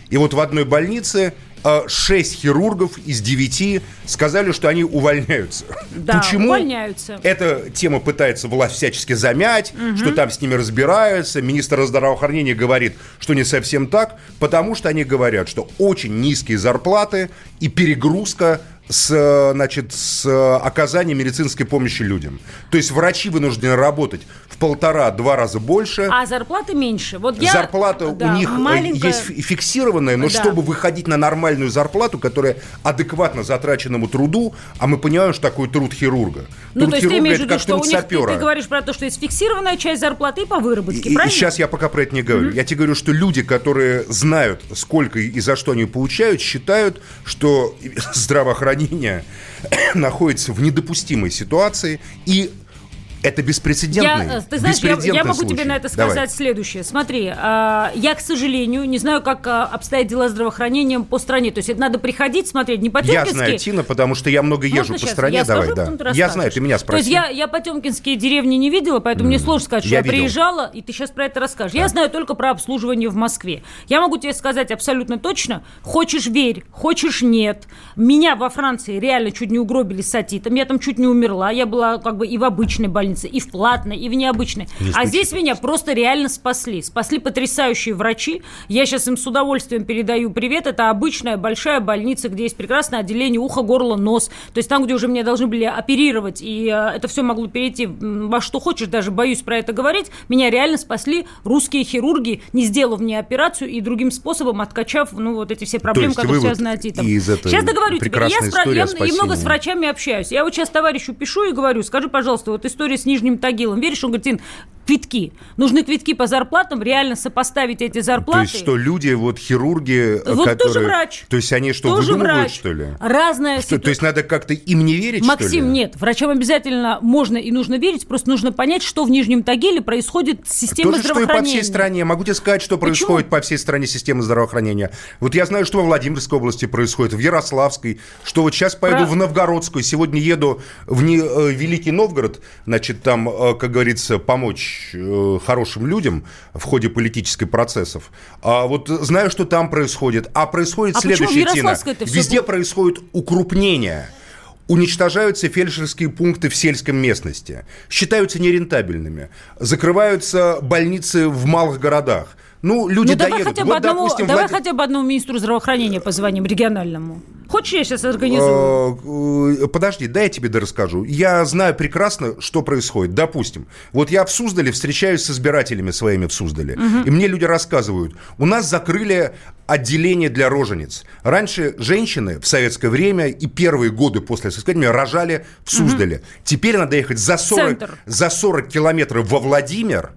[SPEAKER 2] И вот в одной больнице э, шесть хирургов из девяти сказали, что они увольняются.
[SPEAKER 3] Да,
[SPEAKER 2] Почему?
[SPEAKER 3] увольняются.
[SPEAKER 2] Эта тема пытается власть всячески замять, что там с ними разбираются. Министр здравоохранения говорит, что не совсем так, потому что они говорят, что очень низкие зарплаты и перегрузка с, э, значит, с э, оказанием медицинской помощи людям. То есть врачи вынуждены работать в полтора-два раза больше.
[SPEAKER 3] А зарплаты меньше. Вот я,
[SPEAKER 2] Зарплата
[SPEAKER 3] да,
[SPEAKER 2] у них э,
[SPEAKER 3] маленькая.
[SPEAKER 2] есть фи- фиксированная, но
[SPEAKER 3] Да.
[SPEAKER 2] чтобы выходить на нормальную зарплату, которая адекватно затраченному труду, а мы понимаем, что такой труд хирурга.
[SPEAKER 3] Ну,
[SPEAKER 2] труд
[SPEAKER 3] то есть ты
[SPEAKER 2] хирурга
[SPEAKER 3] имеешь в
[SPEAKER 2] это
[SPEAKER 3] виду,
[SPEAKER 2] как
[SPEAKER 3] что у
[SPEAKER 2] труд
[SPEAKER 3] них, ты,
[SPEAKER 2] сапера.
[SPEAKER 3] ты говоришь про то, что есть фиксированная часть зарплаты и по выработке,
[SPEAKER 2] И- и,
[SPEAKER 3] правильно?
[SPEAKER 2] сейчас я пока про это не говорю. Я тебе говорю, что люди, которые знают, сколько и за что они получают, считают, что здравоохранение находится в недопустимой ситуации и это беспрецедентный,
[SPEAKER 3] Я, э, ты знаешь, я, я
[SPEAKER 2] беспрецедентный
[SPEAKER 3] могу тебе
[SPEAKER 2] случай.
[SPEAKER 3] на это
[SPEAKER 2] Давай.
[SPEAKER 3] сказать следующее. Смотри, а, я, к сожалению, не знаю, как а, обстоят дела с здравоохранением по стране. То есть это надо приходить, смотреть, не по
[SPEAKER 2] Я знаю, Тина, потому что я много езжу
[SPEAKER 3] Можно
[SPEAKER 2] по
[SPEAKER 3] щас?
[SPEAKER 2] стране.
[SPEAKER 3] Я
[SPEAKER 2] Давай,
[SPEAKER 3] скажу,
[SPEAKER 2] да.
[SPEAKER 3] потом ты
[SPEAKER 2] я
[SPEAKER 3] расскажешь.
[SPEAKER 2] знаю, ты меня спросил.
[SPEAKER 3] То есть я, я потемкинские деревни не видела, поэтому мне сложно сказать, что
[SPEAKER 2] Я
[SPEAKER 3] я,
[SPEAKER 2] видел.
[SPEAKER 3] приезжала, и ты сейчас про это расскажешь. Я знаю только про обслуживание в Москве. Я могу тебе сказать абсолютно точно, хочешь верь, хочешь нет. Меня во Франции реально чуть не угробили сатитом, я там чуть не умерла. Я была как бы и в обычной больнице, и в платной, и в необычной. а здесь меня просто реально спасли. Спасли потрясающие врачи. Я сейчас им с удовольствием передаю привет. Это обычная большая больница, где есть прекрасное отделение ухо, горло, нос. То есть там, где уже меня должны были оперировать, и э, это все могло перейти м, во что хочешь, даже боюсь про это говорить, меня реально спасли русские хирурги, не сделав мне операцию и другим способом откачав, ну, вот эти все проблемы,
[SPEAKER 2] есть
[SPEAKER 3] которые
[SPEAKER 2] вывод
[SPEAKER 3] связаны с отитом.
[SPEAKER 2] из этой
[SPEAKER 3] Сейчас договорю тебе. Я,
[SPEAKER 2] прекрасной
[SPEAKER 3] спра-
[SPEAKER 2] истории
[SPEAKER 3] я
[SPEAKER 2] о
[SPEAKER 3] м-
[SPEAKER 2] спасении.
[SPEAKER 3] немного с врачами общаюсь. Я вот сейчас товарищу пишу и говорю, скажи, пожалуйста, вот история с Нижним Тагилом, веришь? Он говорит, Тин, квитки. Нужны квитки по зарплатам, реально сопоставить эти зарплаты.
[SPEAKER 2] То есть что люди, вот хирурги, э,
[SPEAKER 3] Вот
[SPEAKER 2] которые...
[SPEAKER 3] тоже врач.
[SPEAKER 2] То есть они что,
[SPEAKER 3] тоже
[SPEAKER 2] выдумывают,
[SPEAKER 3] врач.
[SPEAKER 2] что ли?
[SPEAKER 3] Разная
[SPEAKER 2] Что,
[SPEAKER 3] ситуация.
[SPEAKER 2] то есть надо как-то им не верить, что ли?
[SPEAKER 3] Максим, нет, врачам обязательно можно и нужно верить, просто нужно понять, что в Нижнем Тагиле происходит с
[SPEAKER 2] То
[SPEAKER 3] системой
[SPEAKER 2] же, что и по
[SPEAKER 3] здравоохранения.
[SPEAKER 2] всей стране. Могу тебе сказать, что происходит по всей стране системы здравоохранения. Вот я знаю, что во Владимирской области происходит, в Ярославской, что вот сейчас поеду
[SPEAKER 3] Про-
[SPEAKER 2] в Новгородскую, сегодня еду в Не- э, Великий Новгород, значит, там, э, как говорится, помочь э, хорошим людям в ходе политических процессов. А вот знаю, что там происходит. А происходит
[SPEAKER 3] А почему в
[SPEAKER 2] следующее, Тина.
[SPEAKER 3] Ярославской это всё
[SPEAKER 2] Везде происходит укрупнение. Уничтожаются фельдшерские пункты в сельском местности, считаются нерентабельными, закрываются больницы в малых городах. Ну, люди
[SPEAKER 3] Ну, давай
[SPEAKER 2] доедут.
[SPEAKER 3] хотя бы
[SPEAKER 2] Вот,
[SPEAKER 3] одному,
[SPEAKER 2] допустим,
[SPEAKER 3] давай
[SPEAKER 2] Влад-
[SPEAKER 3] хотя бы одному министру здравоохранения позвоним региональному. Хочешь, я сейчас организую?
[SPEAKER 2] Э, э, Подожди, дай я тебе дорасскажу. Я знаю прекрасно, что происходит. Допустим, вот я в Суздале встречаюсь с избирателями своими в Суздале, и мне люди рассказывают, у нас закрыли отделение для рожениц. Раньше женщины в советское время и первые годы после советского рожали в Суздале. Теперь надо ехать за 40,
[SPEAKER 3] Центр.
[SPEAKER 2] за 40 километров во Владимир,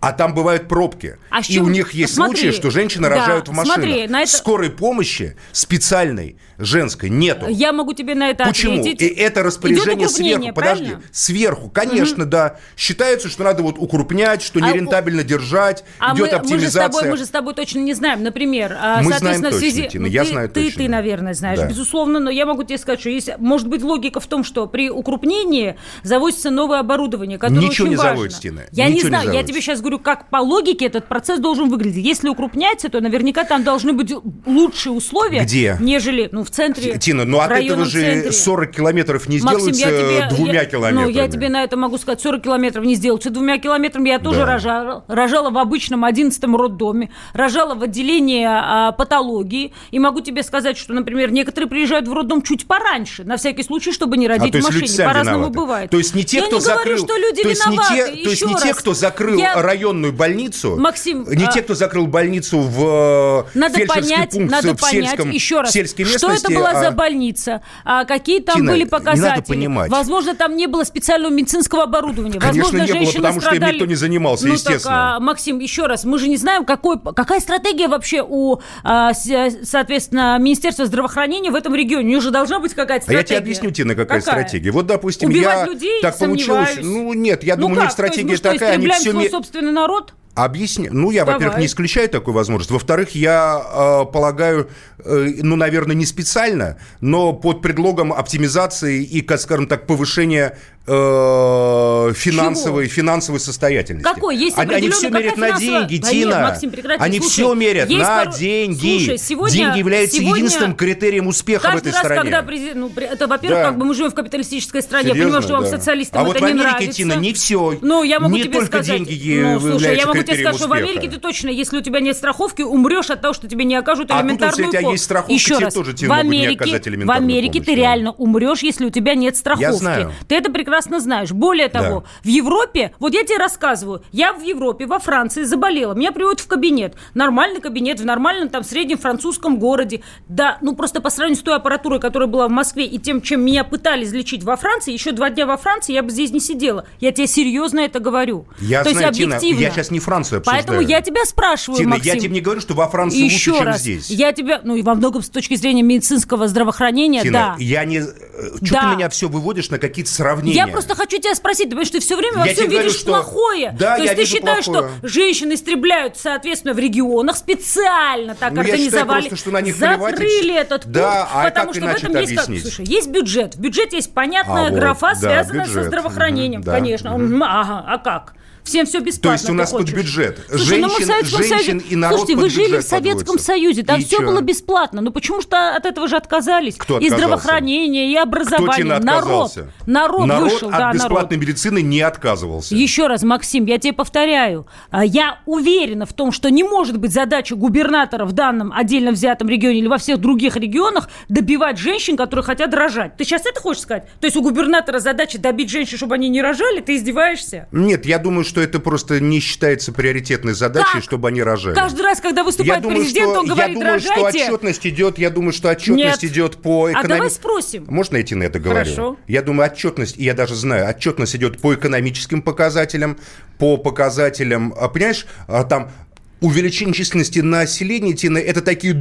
[SPEAKER 2] а там бывают пробки.
[SPEAKER 3] А с
[SPEAKER 2] и
[SPEAKER 3] чем-
[SPEAKER 2] у них есть
[SPEAKER 3] Смотри,
[SPEAKER 2] случаи, что женщины
[SPEAKER 3] да,
[SPEAKER 2] рожают в машинах.
[SPEAKER 3] смотри, на это-
[SPEAKER 2] Скорой помощи специальной женской нету.
[SPEAKER 3] Я могу тебе на это
[SPEAKER 2] Почему?
[SPEAKER 3] ответить.
[SPEAKER 2] И это распоряжение
[SPEAKER 3] Идет укрупнение,
[SPEAKER 2] сверху. Подожди,
[SPEAKER 3] правильно?
[SPEAKER 2] сверху, конечно, да. Считается, что надо вот укрупнять, что
[SPEAKER 3] А
[SPEAKER 2] нерентабельно держать,
[SPEAKER 3] А
[SPEAKER 2] идет
[SPEAKER 3] мы, мы же с
[SPEAKER 2] оптимизация.
[SPEAKER 3] тобой, мы же с тобой точно не знаем. Например, а,
[SPEAKER 2] Мы
[SPEAKER 3] соответственно,
[SPEAKER 2] знаем
[SPEAKER 3] в связи...
[SPEAKER 2] точно, Тина,
[SPEAKER 3] ну,
[SPEAKER 2] я
[SPEAKER 3] ты,
[SPEAKER 2] знаю
[SPEAKER 3] ты,
[SPEAKER 2] точно.
[SPEAKER 3] ты, наверное, знаешь,
[SPEAKER 2] Да.
[SPEAKER 3] безусловно, но я могу тебе сказать, что есть, может быть, логика в том, что при укрупнении завозится новое оборудование, которое
[SPEAKER 2] Ничего
[SPEAKER 3] очень
[SPEAKER 2] не
[SPEAKER 3] важно.
[SPEAKER 2] заводится, Тина,
[SPEAKER 3] Я
[SPEAKER 2] ничего не
[SPEAKER 3] не знаю, я
[SPEAKER 2] заводится.
[SPEAKER 3] тебе сейчас говорю, как по логике этот процесс должен выглядеть. Если укрупняется, то наверняка там должны быть лучшие условия,
[SPEAKER 2] Где?
[SPEAKER 3] нежели, ну, в центре,
[SPEAKER 2] Тина, ну
[SPEAKER 3] в
[SPEAKER 2] от этого
[SPEAKER 3] районном
[SPEAKER 2] же
[SPEAKER 3] центре.
[SPEAKER 2] 40 километров не
[SPEAKER 3] Максим,
[SPEAKER 2] сделается
[SPEAKER 3] я тебе,
[SPEAKER 2] двумя
[SPEAKER 3] я-
[SPEAKER 2] километрами.
[SPEAKER 3] Ну, я тебе на это могу сказать, 40 километров не сделаются двумя километрами. Я тоже рожала, рожала в обычном 11-м роддоме, рожала в отделении а, патологии. И могу тебе сказать, что, например, некоторые приезжают в роддом чуть пораньше, на всякий случай, чтобы не
[SPEAKER 2] А
[SPEAKER 3] родить
[SPEAKER 2] то
[SPEAKER 3] в
[SPEAKER 2] есть
[SPEAKER 3] машине.
[SPEAKER 2] люди сами
[SPEAKER 3] По-разному
[SPEAKER 2] виноваты.
[SPEAKER 3] бывает.
[SPEAKER 2] То есть не те,
[SPEAKER 3] Я
[SPEAKER 2] кто
[SPEAKER 3] не
[SPEAKER 2] закрыл,
[SPEAKER 3] говорю, что люди
[SPEAKER 2] то есть
[SPEAKER 3] виноваты.
[SPEAKER 2] не те, то есть
[SPEAKER 3] Еще
[SPEAKER 2] не те,
[SPEAKER 3] раз.
[SPEAKER 2] кто закрыл
[SPEAKER 3] Я-
[SPEAKER 2] районную больницу,
[SPEAKER 3] Максим,
[SPEAKER 2] не
[SPEAKER 3] а-
[SPEAKER 2] те, кто закрыл больницу в э,
[SPEAKER 3] Надо
[SPEAKER 2] фельдшерский
[SPEAKER 3] понять,
[SPEAKER 2] пункт
[SPEAKER 3] надо
[SPEAKER 2] в
[SPEAKER 3] понять
[SPEAKER 2] сельском,
[SPEAKER 3] еще раз,
[SPEAKER 2] в сельской
[SPEAKER 3] что это
[SPEAKER 2] местности,
[SPEAKER 3] была
[SPEAKER 2] а-
[SPEAKER 3] за больница, а какие там
[SPEAKER 2] Тина,
[SPEAKER 3] были
[SPEAKER 2] не надо
[SPEAKER 3] показатели.
[SPEAKER 2] понимать.
[SPEAKER 3] Возможно, там не было специального медицинского оборудования.
[SPEAKER 2] Конечно,
[SPEAKER 3] Возможно,
[SPEAKER 2] не было,
[SPEAKER 3] женщины
[SPEAKER 2] потому что им
[SPEAKER 3] страдали...
[SPEAKER 2] никто не занимался,
[SPEAKER 3] ну,
[SPEAKER 2] естественно.
[SPEAKER 3] Так, а, Максим, еще раз, мы же не знаем, какой, какая стратегия вообще у, а, с- соответственно, Министерства здравоохранения в этом регионе. У них же должна быть какая-то
[SPEAKER 2] А я
[SPEAKER 3] стратегия.
[SPEAKER 2] тебе объясню, Тина, какая, стратегия. Вот, допустим,
[SPEAKER 3] Убивать
[SPEAKER 2] я
[SPEAKER 3] людей?
[SPEAKER 2] так получилось.
[SPEAKER 3] Сомневаюсь.
[SPEAKER 2] Ну, нет, я
[SPEAKER 3] ну
[SPEAKER 2] думаю, у
[SPEAKER 3] как?
[SPEAKER 2] них
[SPEAKER 3] То есть
[SPEAKER 2] стратегия
[SPEAKER 3] мы что,
[SPEAKER 2] такая, они
[SPEAKER 3] истребляем
[SPEAKER 2] все
[SPEAKER 3] свой собственный народ?
[SPEAKER 2] Объясни. Ну, я,
[SPEAKER 3] Давай.
[SPEAKER 2] во-первых, не исключаю такую возможность. Во-вторых, я э, полагаю, э, ну, наверное, не специально, но под предлогом оптимизации и, как, скажем так, повышения э, финансовой, финансовой состоятельности.
[SPEAKER 3] Какой? Есть
[SPEAKER 2] они, они
[SPEAKER 3] определенный-
[SPEAKER 2] все мерят
[SPEAKER 3] какая
[SPEAKER 2] на
[SPEAKER 3] финансовая-
[SPEAKER 2] деньги,
[SPEAKER 3] Да нет,
[SPEAKER 2] Тина.
[SPEAKER 3] Максим, прекрати,
[SPEAKER 2] они
[SPEAKER 3] слушай,
[SPEAKER 2] все мерят
[SPEAKER 3] есть
[SPEAKER 2] на
[SPEAKER 3] порой-
[SPEAKER 2] деньги.
[SPEAKER 3] Слушай, сегодня-
[SPEAKER 2] деньги являются
[SPEAKER 3] сегодня
[SPEAKER 2] единственным критерием успеха в
[SPEAKER 3] Каждый
[SPEAKER 2] этой
[SPEAKER 3] раз,
[SPEAKER 2] стране.
[SPEAKER 3] когда президент... Ну, при- это, во-первых,
[SPEAKER 2] Да.
[SPEAKER 3] как бы мы живем в капиталистической стране. я
[SPEAKER 2] Серьезно,
[SPEAKER 3] понимаю, что вам
[SPEAKER 2] да.
[SPEAKER 3] социалистам
[SPEAKER 2] А вот
[SPEAKER 3] это
[SPEAKER 2] в
[SPEAKER 3] не
[SPEAKER 2] Америке,
[SPEAKER 3] нравится.
[SPEAKER 2] Тина, не все.
[SPEAKER 3] Ну, я могу
[SPEAKER 2] Не
[SPEAKER 3] тебе
[SPEAKER 2] только
[SPEAKER 3] сказать...
[SPEAKER 2] деньги э,
[SPEAKER 3] ну, слушай, я
[SPEAKER 2] являются
[SPEAKER 3] могу тебе
[SPEAKER 2] критерием
[SPEAKER 3] сказать, что в
[SPEAKER 2] успеха.
[SPEAKER 3] Америке ты точно, если у тебя нет страховки, умрешь от того, что тебе не окажут
[SPEAKER 2] А тут,
[SPEAKER 3] элементарную
[SPEAKER 2] если у тебя
[SPEAKER 3] пом-
[SPEAKER 2] есть страховка,
[SPEAKER 3] Еще
[SPEAKER 2] тебе
[SPEAKER 3] раз,
[SPEAKER 2] тоже тебе
[SPEAKER 3] в
[SPEAKER 2] могут не
[SPEAKER 3] Америке,
[SPEAKER 2] оказать
[SPEAKER 3] в
[SPEAKER 2] элементарную
[SPEAKER 3] Америке
[SPEAKER 2] помощь,
[SPEAKER 3] ты
[SPEAKER 2] да.
[SPEAKER 3] реально умрешь, если у тебя нет страховки.
[SPEAKER 2] знаю.
[SPEAKER 3] Ты это прекрасно знаешь. Более того, в Европе, вот я тебе рассказываю, я в Европе, во Франции заболела, меня приводят в кабинет, нормальный кабинет, в нормальном там среднем французском городе. Да, ну просто по сравнению с той аппаратурой, которая была в Москве и тем, чем меня пытались лечить во Франции, еще два дня во Франции я бы здесь не сидела. Я тебе серьезно это говорю.
[SPEAKER 2] Я
[SPEAKER 3] То
[SPEAKER 2] знаю,
[SPEAKER 3] есть
[SPEAKER 2] Тина,
[SPEAKER 3] объективно.
[SPEAKER 2] я сейчас не Францию обсуждаю.
[SPEAKER 3] Поэтому я тебя спрашиваю,
[SPEAKER 2] Тина,
[SPEAKER 3] Максим.
[SPEAKER 2] я тебе не говорю, что во Франции
[SPEAKER 3] И
[SPEAKER 2] лучше,
[SPEAKER 3] еще
[SPEAKER 2] чем
[SPEAKER 3] раз,
[SPEAKER 2] здесь.
[SPEAKER 3] я тебя, ну и во многом с точки зрения медицинского здравоохранения,
[SPEAKER 2] Тина,
[SPEAKER 3] да.
[SPEAKER 2] я не... Что
[SPEAKER 3] Да.
[SPEAKER 2] ты меня все выводишь на какие-то сравнения?
[SPEAKER 3] Я просто хочу тебя спросить, ты понимаешь, ты все время
[SPEAKER 2] Я
[SPEAKER 3] во всем
[SPEAKER 2] тебе говорю,
[SPEAKER 3] видишь
[SPEAKER 2] что-
[SPEAKER 3] плохое.
[SPEAKER 2] Да,
[SPEAKER 3] То
[SPEAKER 2] я
[SPEAKER 3] есть ты
[SPEAKER 2] вижу
[SPEAKER 3] считаешь,
[SPEAKER 2] плохое.
[SPEAKER 3] что женщин истребляют, соответственно, в регионах, специально так
[SPEAKER 2] Ну, я считаю
[SPEAKER 3] организовали.
[SPEAKER 2] просто, что на них плевать и
[SPEAKER 3] закрыли
[SPEAKER 2] всё.
[SPEAKER 3] этот пункт,
[SPEAKER 2] Да, а
[SPEAKER 3] потому
[SPEAKER 2] как
[SPEAKER 3] что в
[SPEAKER 2] иначе
[SPEAKER 3] этом
[SPEAKER 2] это
[SPEAKER 3] есть как-
[SPEAKER 2] объяснить?
[SPEAKER 3] Слушай, есть бюджет. В бюджете есть понятная
[SPEAKER 2] А, вот,
[SPEAKER 3] графа,
[SPEAKER 2] да,
[SPEAKER 3] связанная
[SPEAKER 2] бюджет.
[SPEAKER 3] со здравоохранением,
[SPEAKER 2] Мгм, да.
[SPEAKER 3] конечно. Мгм, Ага, а как? Всем все бесплатно.
[SPEAKER 2] То есть у
[SPEAKER 3] ты
[SPEAKER 2] нас тут
[SPEAKER 3] хочешь.
[SPEAKER 2] бюджет.
[SPEAKER 3] Слушай, ну мы в
[SPEAKER 2] Женщин-
[SPEAKER 3] Советском
[SPEAKER 2] женщин
[SPEAKER 3] Союзе-
[SPEAKER 2] и народ
[SPEAKER 3] Слушайте,
[SPEAKER 2] под
[SPEAKER 3] вы жили в
[SPEAKER 2] бюджет
[SPEAKER 3] Советском
[SPEAKER 2] подводится.
[SPEAKER 3] Союзе, там
[SPEAKER 2] И
[SPEAKER 3] все
[SPEAKER 2] чё?
[SPEAKER 3] было бесплатно. Ну почему что от этого же отказались?
[SPEAKER 2] Кто
[SPEAKER 3] и
[SPEAKER 2] отказался?
[SPEAKER 3] здравоохранение, и
[SPEAKER 2] Кто
[SPEAKER 3] образование.
[SPEAKER 2] Тина
[SPEAKER 3] народ,
[SPEAKER 2] отказался?
[SPEAKER 3] народ, вышел,
[SPEAKER 2] от
[SPEAKER 3] да, народ.
[SPEAKER 2] бесплатной медицины не отказывался.
[SPEAKER 3] Еще раз, Максим, я тебе повторяю, а, я уверена в том, что не может быть задача губернатора в данном отдельно взятом регионе или во всех других регионах добивать женщин, которые хотят рожать. Ты сейчас это хочешь сказать? То есть у губернатора задача добить женщин, чтобы они не рожали? Ты издеваешься?
[SPEAKER 2] Нет, я думаю, что это просто не считается приоритетной задачей,
[SPEAKER 3] Как?
[SPEAKER 2] чтобы они рожали.
[SPEAKER 3] Каждый раз, когда
[SPEAKER 2] я
[SPEAKER 3] выступает
[SPEAKER 2] думаю,
[SPEAKER 3] президент,
[SPEAKER 2] что,
[SPEAKER 3] он говорит,
[SPEAKER 2] я думаю, что
[SPEAKER 3] рожайте.
[SPEAKER 2] отчетность идет, я думаю, что отчетность
[SPEAKER 3] Нет.
[SPEAKER 2] идет по
[SPEAKER 3] А давай
[SPEAKER 2] экономике.
[SPEAKER 3] спросим.
[SPEAKER 2] Можно я Тина это говорю?
[SPEAKER 3] Хорошо.
[SPEAKER 2] Я думаю, отчетность, и я даже знаю, отчетность идет по экономическим показателям, по показателям, а, понимаешь, а, там увеличение численности населения, Тина, это такие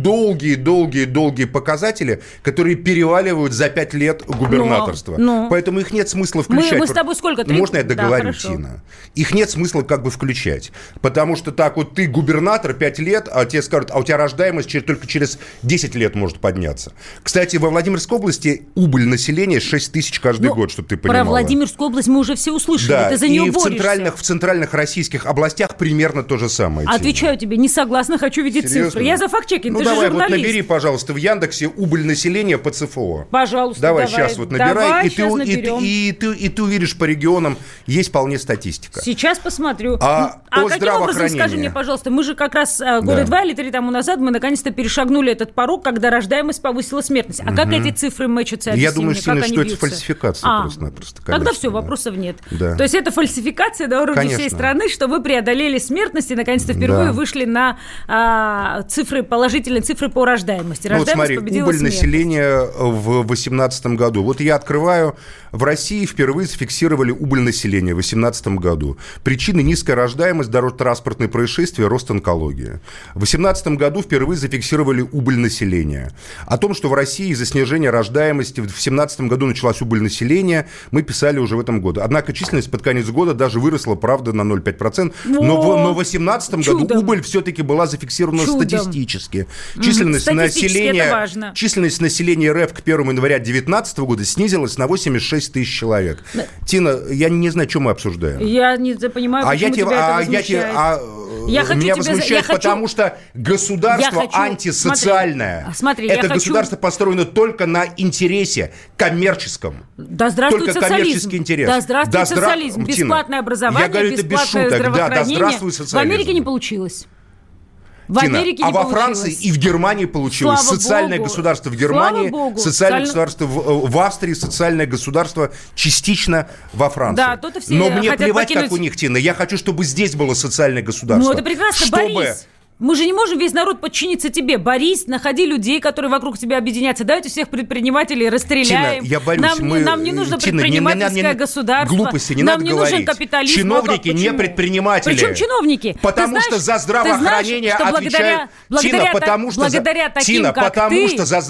[SPEAKER 2] долгие-долгие-долгие показатели, которые переваливают за пять лет губернаторства.
[SPEAKER 3] ну.
[SPEAKER 2] Поэтому их нет смысла включать.
[SPEAKER 3] мы с тобой сколько, три?
[SPEAKER 2] Можно я
[SPEAKER 3] Да,
[SPEAKER 2] договорю,
[SPEAKER 3] хорошо.
[SPEAKER 2] Тина? Их нет смысла как бы включать. Потому что так вот ты губернатор 5 лет, а тебе скажут, а у тебя рождаемость чер- только через 10 лет может подняться. Кстати, во Владимирской области убыль населения 6 тысяч каждый
[SPEAKER 3] Ну,
[SPEAKER 2] год, чтобы ты
[SPEAKER 3] Про
[SPEAKER 2] понимала.
[SPEAKER 3] Владимирскую область мы уже все услышали.
[SPEAKER 2] да,
[SPEAKER 3] Ты за
[SPEAKER 2] и
[SPEAKER 3] нее
[SPEAKER 2] в
[SPEAKER 3] борешься.
[SPEAKER 2] центральных, в центральных российских областях примерно то же самое. Тина.
[SPEAKER 3] Отвечаю тебе, не согласна, хочу видеть
[SPEAKER 2] Серьезно?
[SPEAKER 3] цифры. Я за факт-чекинг,
[SPEAKER 2] Ну
[SPEAKER 3] ты
[SPEAKER 2] давай,
[SPEAKER 3] же
[SPEAKER 2] вот
[SPEAKER 3] журналист.
[SPEAKER 2] набери, пожалуйста, в Яндексе убыль населения по ЦФО.
[SPEAKER 3] Пожалуйста,
[SPEAKER 2] Давай,
[SPEAKER 3] давай.
[SPEAKER 2] сейчас вот набирай,
[SPEAKER 3] Давай,
[SPEAKER 2] и, ты,
[SPEAKER 3] щас
[SPEAKER 2] у- и,
[SPEAKER 3] наберем.
[SPEAKER 2] ты- и, ты, и ты увидишь по регионам, есть вполне статистика.
[SPEAKER 3] Сейчас посмотрю.
[SPEAKER 2] А
[SPEAKER 3] Ну, а
[SPEAKER 2] о
[SPEAKER 3] каким образом,
[SPEAKER 2] здравоохранении?
[SPEAKER 3] скажи мне, пожалуйста, мы же как раз э, года
[SPEAKER 2] Да.
[SPEAKER 3] два или три тому назад мы наконец-то перешагнули этот порог, когда рождаемость повысила смертность. А как эти цифры мэчатся?
[SPEAKER 2] Я
[SPEAKER 3] Объясни
[SPEAKER 2] думаю,
[SPEAKER 3] мне,
[SPEAKER 2] Сина,
[SPEAKER 3] как они
[SPEAKER 2] что это
[SPEAKER 3] бьются?
[SPEAKER 2] фальсификация
[SPEAKER 3] А,
[SPEAKER 2] просто-напросто,
[SPEAKER 3] Тогда
[SPEAKER 2] конечно,
[SPEAKER 3] все,
[SPEAKER 2] да.
[SPEAKER 3] вопросов нет.
[SPEAKER 2] Да.
[SPEAKER 3] То есть это фальсификация на уровне
[SPEAKER 2] Конечно.
[SPEAKER 3] всей страны, что вы преодолели смертность и наконец-то впервые
[SPEAKER 2] Да.
[SPEAKER 3] вышли на а, цифры, положительные цифры по рождаемости.
[SPEAKER 2] Ну, вот
[SPEAKER 3] Рождаемость
[SPEAKER 2] смотри,
[SPEAKER 3] победила
[SPEAKER 2] убыль
[SPEAKER 3] смертность.
[SPEAKER 2] населения в 2018 году. Вот я открываю, в России впервые зафиксировали убыль населения в 2018 году. Причины низкая рождаемость, дорожно-транспортные происшествия, рост онкологии. В 2018 году впервые зафиксировали убыль населения. О том, что в России из-за снижения рождаемости в 2017 году началась убыль населения, мы писали уже в этом году. Однако численность под конец года даже выросла, правда, на 0,5%. Но, в-
[SPEAKER 3] Во!
[SPEAKER 2] но в 2018 году
[SPEAKER 3] Чудом.
[SPEAKER 2] убыль все-таки была зафиксирована
[SPEAKER 3] Чудом.
[SPEAKER 2] статистически. Численность
[SPEAKER 3] Статистически это
[SPEAKER 2] населения
[SPEAKER 3] важно.
[SPEAKER 2] Численность населения РФ к 1 января 2019 года снизилась на 86 тысяч человек. Тина, я не знаю, что мы обсуждаем.
[SPEAKER 3] Ну, Я не понимаю,
[SPEAKER 2] А я
[SPEAKER 3] почему
[SPEAKER 2] тебе,
[SPEAKER 3] тебя это
[SPEAKER 2] а я тебе,
[SPEAKER 3] возмущает.
[SPEAKER 2] а,
[SPEAKER 3] Я
[SPEAKER 2] э,
[SPEAKER 3] хочу
[SPEAKER 2] меня
[SPEAKER 3] тебя за- я
[SPEAKER 2] возмущает,
[SPEAKER 3] хочу-
[SPEAKER 2] потому что государство
[SPEAKER 3] Я хочу-
[SPEAKER 2] антисоциальное.
[SPEAKER 3] Смотри, смотри, я
[SPEAKER 2] это
[SPEAKER 3] хочу-
[SPEAKER 2] государство построено только на интересе коммерческом.
[SPEAKER 3] Да здравствует
[SPEAKER 2] Только
[SPEAKER 3] социализм.
[SPEAKER 2] коммерческий интерес.
[SPEAKER 3] Да здравствует
[SPEAKER 2] Да здра-
[SPEAKER 3] социализм.
[SPEAKER 2] Тина,
[SPEAKER 3] Бесплатное образование,
[SPEAKER 2] я говорю это без
[SPEAKER 3] бесплатное
[SPEAKER 2] шуток. Да, да
[SPEAKER 3] здравоохранение.
[SPEAKER 2] здравствует социализм.
[SPEAKER 3] В Америке не получилось. В
[SPEAKER 2] Тина,
[SPEAKER 3] Америке
[SPEAKER 2] а
[SPEAKER 3] не
[SPEAKER 2] во
[SPEAKER 3] получилось.
[SPEAKER 2] Франции и в Германии получилось.
[SPEAKER 3] Слава
[SPEAKER 2] социальное
[SPEAKER 3] богу.
[SPEAKER 2] государство в
[SPEAKER 3] Слава
[SPEAKER 2] Германии,
[SPEAKER 3] богу.
[SPEAKER 2] социальное
[SPEAKER 3] Социально-
[SPEAKER 2] государство в, э, в Австрии, социальное государство частично во Франции.
[SPEAKER 3] Да, тут и все
[SPEAKER 2] Но мне
[SPEAKER 3] хотят
[SPEAKER 2] плевать, как
[SPEAKER 3] покинуть-
[SPEAKER 2] у них, Тина. Я хочу, чтобы здесь было социальное государство.
[SPEAKER 3] Ну, это прекрасно,
[SPEAKER 2] чтобы
[SPEAKER 3] Борис. Мы же не можем весь народ подчиниться тебе. Борись, находи людей, которые вокруг тебя объединятся. Давайте всех предпринимателей расстреляем.
[SPEAKER 2] Тина, я борюсь,
[SPEAKER 3] нам, не-
[SPEAKER 2] мы- э,
[SPEAKER 3] нам не нужно
[SPEAKER 2] Тина, не- не- не-
[SPEAKER 3] предпринимательское
[SPEAKER 2] не-
[SPEAKER 3] государство.
[SPEAKER 2] глупости не
[SPEAKER 3] нам
[SPEAKER 2] надо
[SPEAKER 3] не нужен
[SPEAKER 2] говорить.
[SPEAKER 3] капитализм.
[SPEAKER 2] Чиновники
[SPEAKER 3] А как-
[SPEAKER 2] не
[SPEAKER 3] почему?
[SPEAKER 2] предприниматели.
[SPEAKER 3] Причем чиновники? Ты
[SPEAKER 2] Потому что
[SPEAKER 3] знаешь-
[SPEAKER 2] за здравоохранение
[SPEAKER 3] ты знаешь, что благодаря,
[SPEAKER 2] отвечают-
[SPEAKER 3] благодаря
[SPEAKER 2] Тина,
[SPEAKER 3] та-
[SPEAKER 2] потому что за-
[SPEAKER 3] благодаря таким,
[SPEAKER 2] Тина,
[SPEAKER 3] как
[SPEAKER 2] потому
[SPEAKER 3] ты,
[SPEAKER 2] что за
[SPEAKER 3] благодаря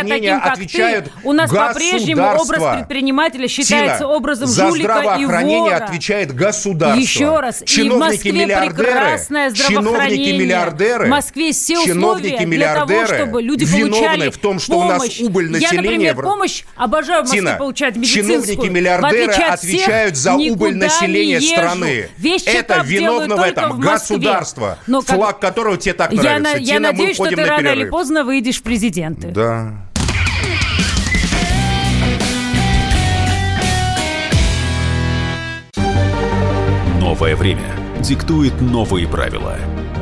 [SPEAKER 2] здравоохранение
[SPEAKER 3] таким, как ты,
[SPEAKER 2] отвечают
[SPEAKER 3] у нас по-прежнему образ
[SPEAKER 2] государства.
[SPEAKER 3] предпринимателя считается
[SPEAKER 2] Тина,
[SPEAKER 3] образом
[SPEAKER 2] за
[SPEAKER 3] жулика и
[SPEAKER 2] здравоохранение
[SPEAKER 3] вора.
[SPEAKER 2] отвечает государство.
[SPEAKER 3] Еще раз, и в Москве прекрасное здравоохранение.
[SPEAKER 2] чиновники миллиардеры,
[SPEAKER 3] В Москве все условия для того, чтобы люди получали
[SPEAKER 2] виновны в том, что у нас
[SPEAKER 3] помощь.
[SPEAKER 2] убыль населения.
[SPEAKER 3] Я, например,
[SPEAKER 2] в-
[SPEAKER 3] помощь обожаю в Москве
[SPEAKER 2] Тина,
[SPEAKER 3] получать медицинскую.
[SPEAKER 2] чиновники
[SPEAKER 3] В
[SPEAKER 2] миллиардеры
[SPEAKER 3] отличие от всех,
[SPEAKER 2] отвечают за убыль
[SPEAKER 3] никуда
[SPEAKER 2] населения
[SPEAKER 3] не езжу.
[SPEAKER 2] страны.
[SPEAKER 3] Весь
[SPEAKER 2] Это
[SPEAKER 3] чекап делаю
[SPEAKER 2] виновно в
[SPEAKER 3] только
[SPEAKER 2] этом
[SPEAKER 3] Москве.
[SPEAKER 2] государство,
[SPEAKER 3] Но как-
[SPEAKER 2] флаг которого тебе так
[SPEAKER 3] Я,
[SPEAKER 2] нравится.
[SPEAKER 3] на-
[SPEAKER 2] Тина,
[SPEAKER 3] я надеюсь,
[SPEAKER 2] мы
[SPEAKER 3] что ты
[SPEAKER 2] уходим на
[SPEAKER 3] рано
[SPEAKER 2] перерыв.
[SPEAKER 3] или поздно выйдешь в президенты.
[SPEAKER 2] Да.
[SPEAKER 1] Новое время диктует новые правила.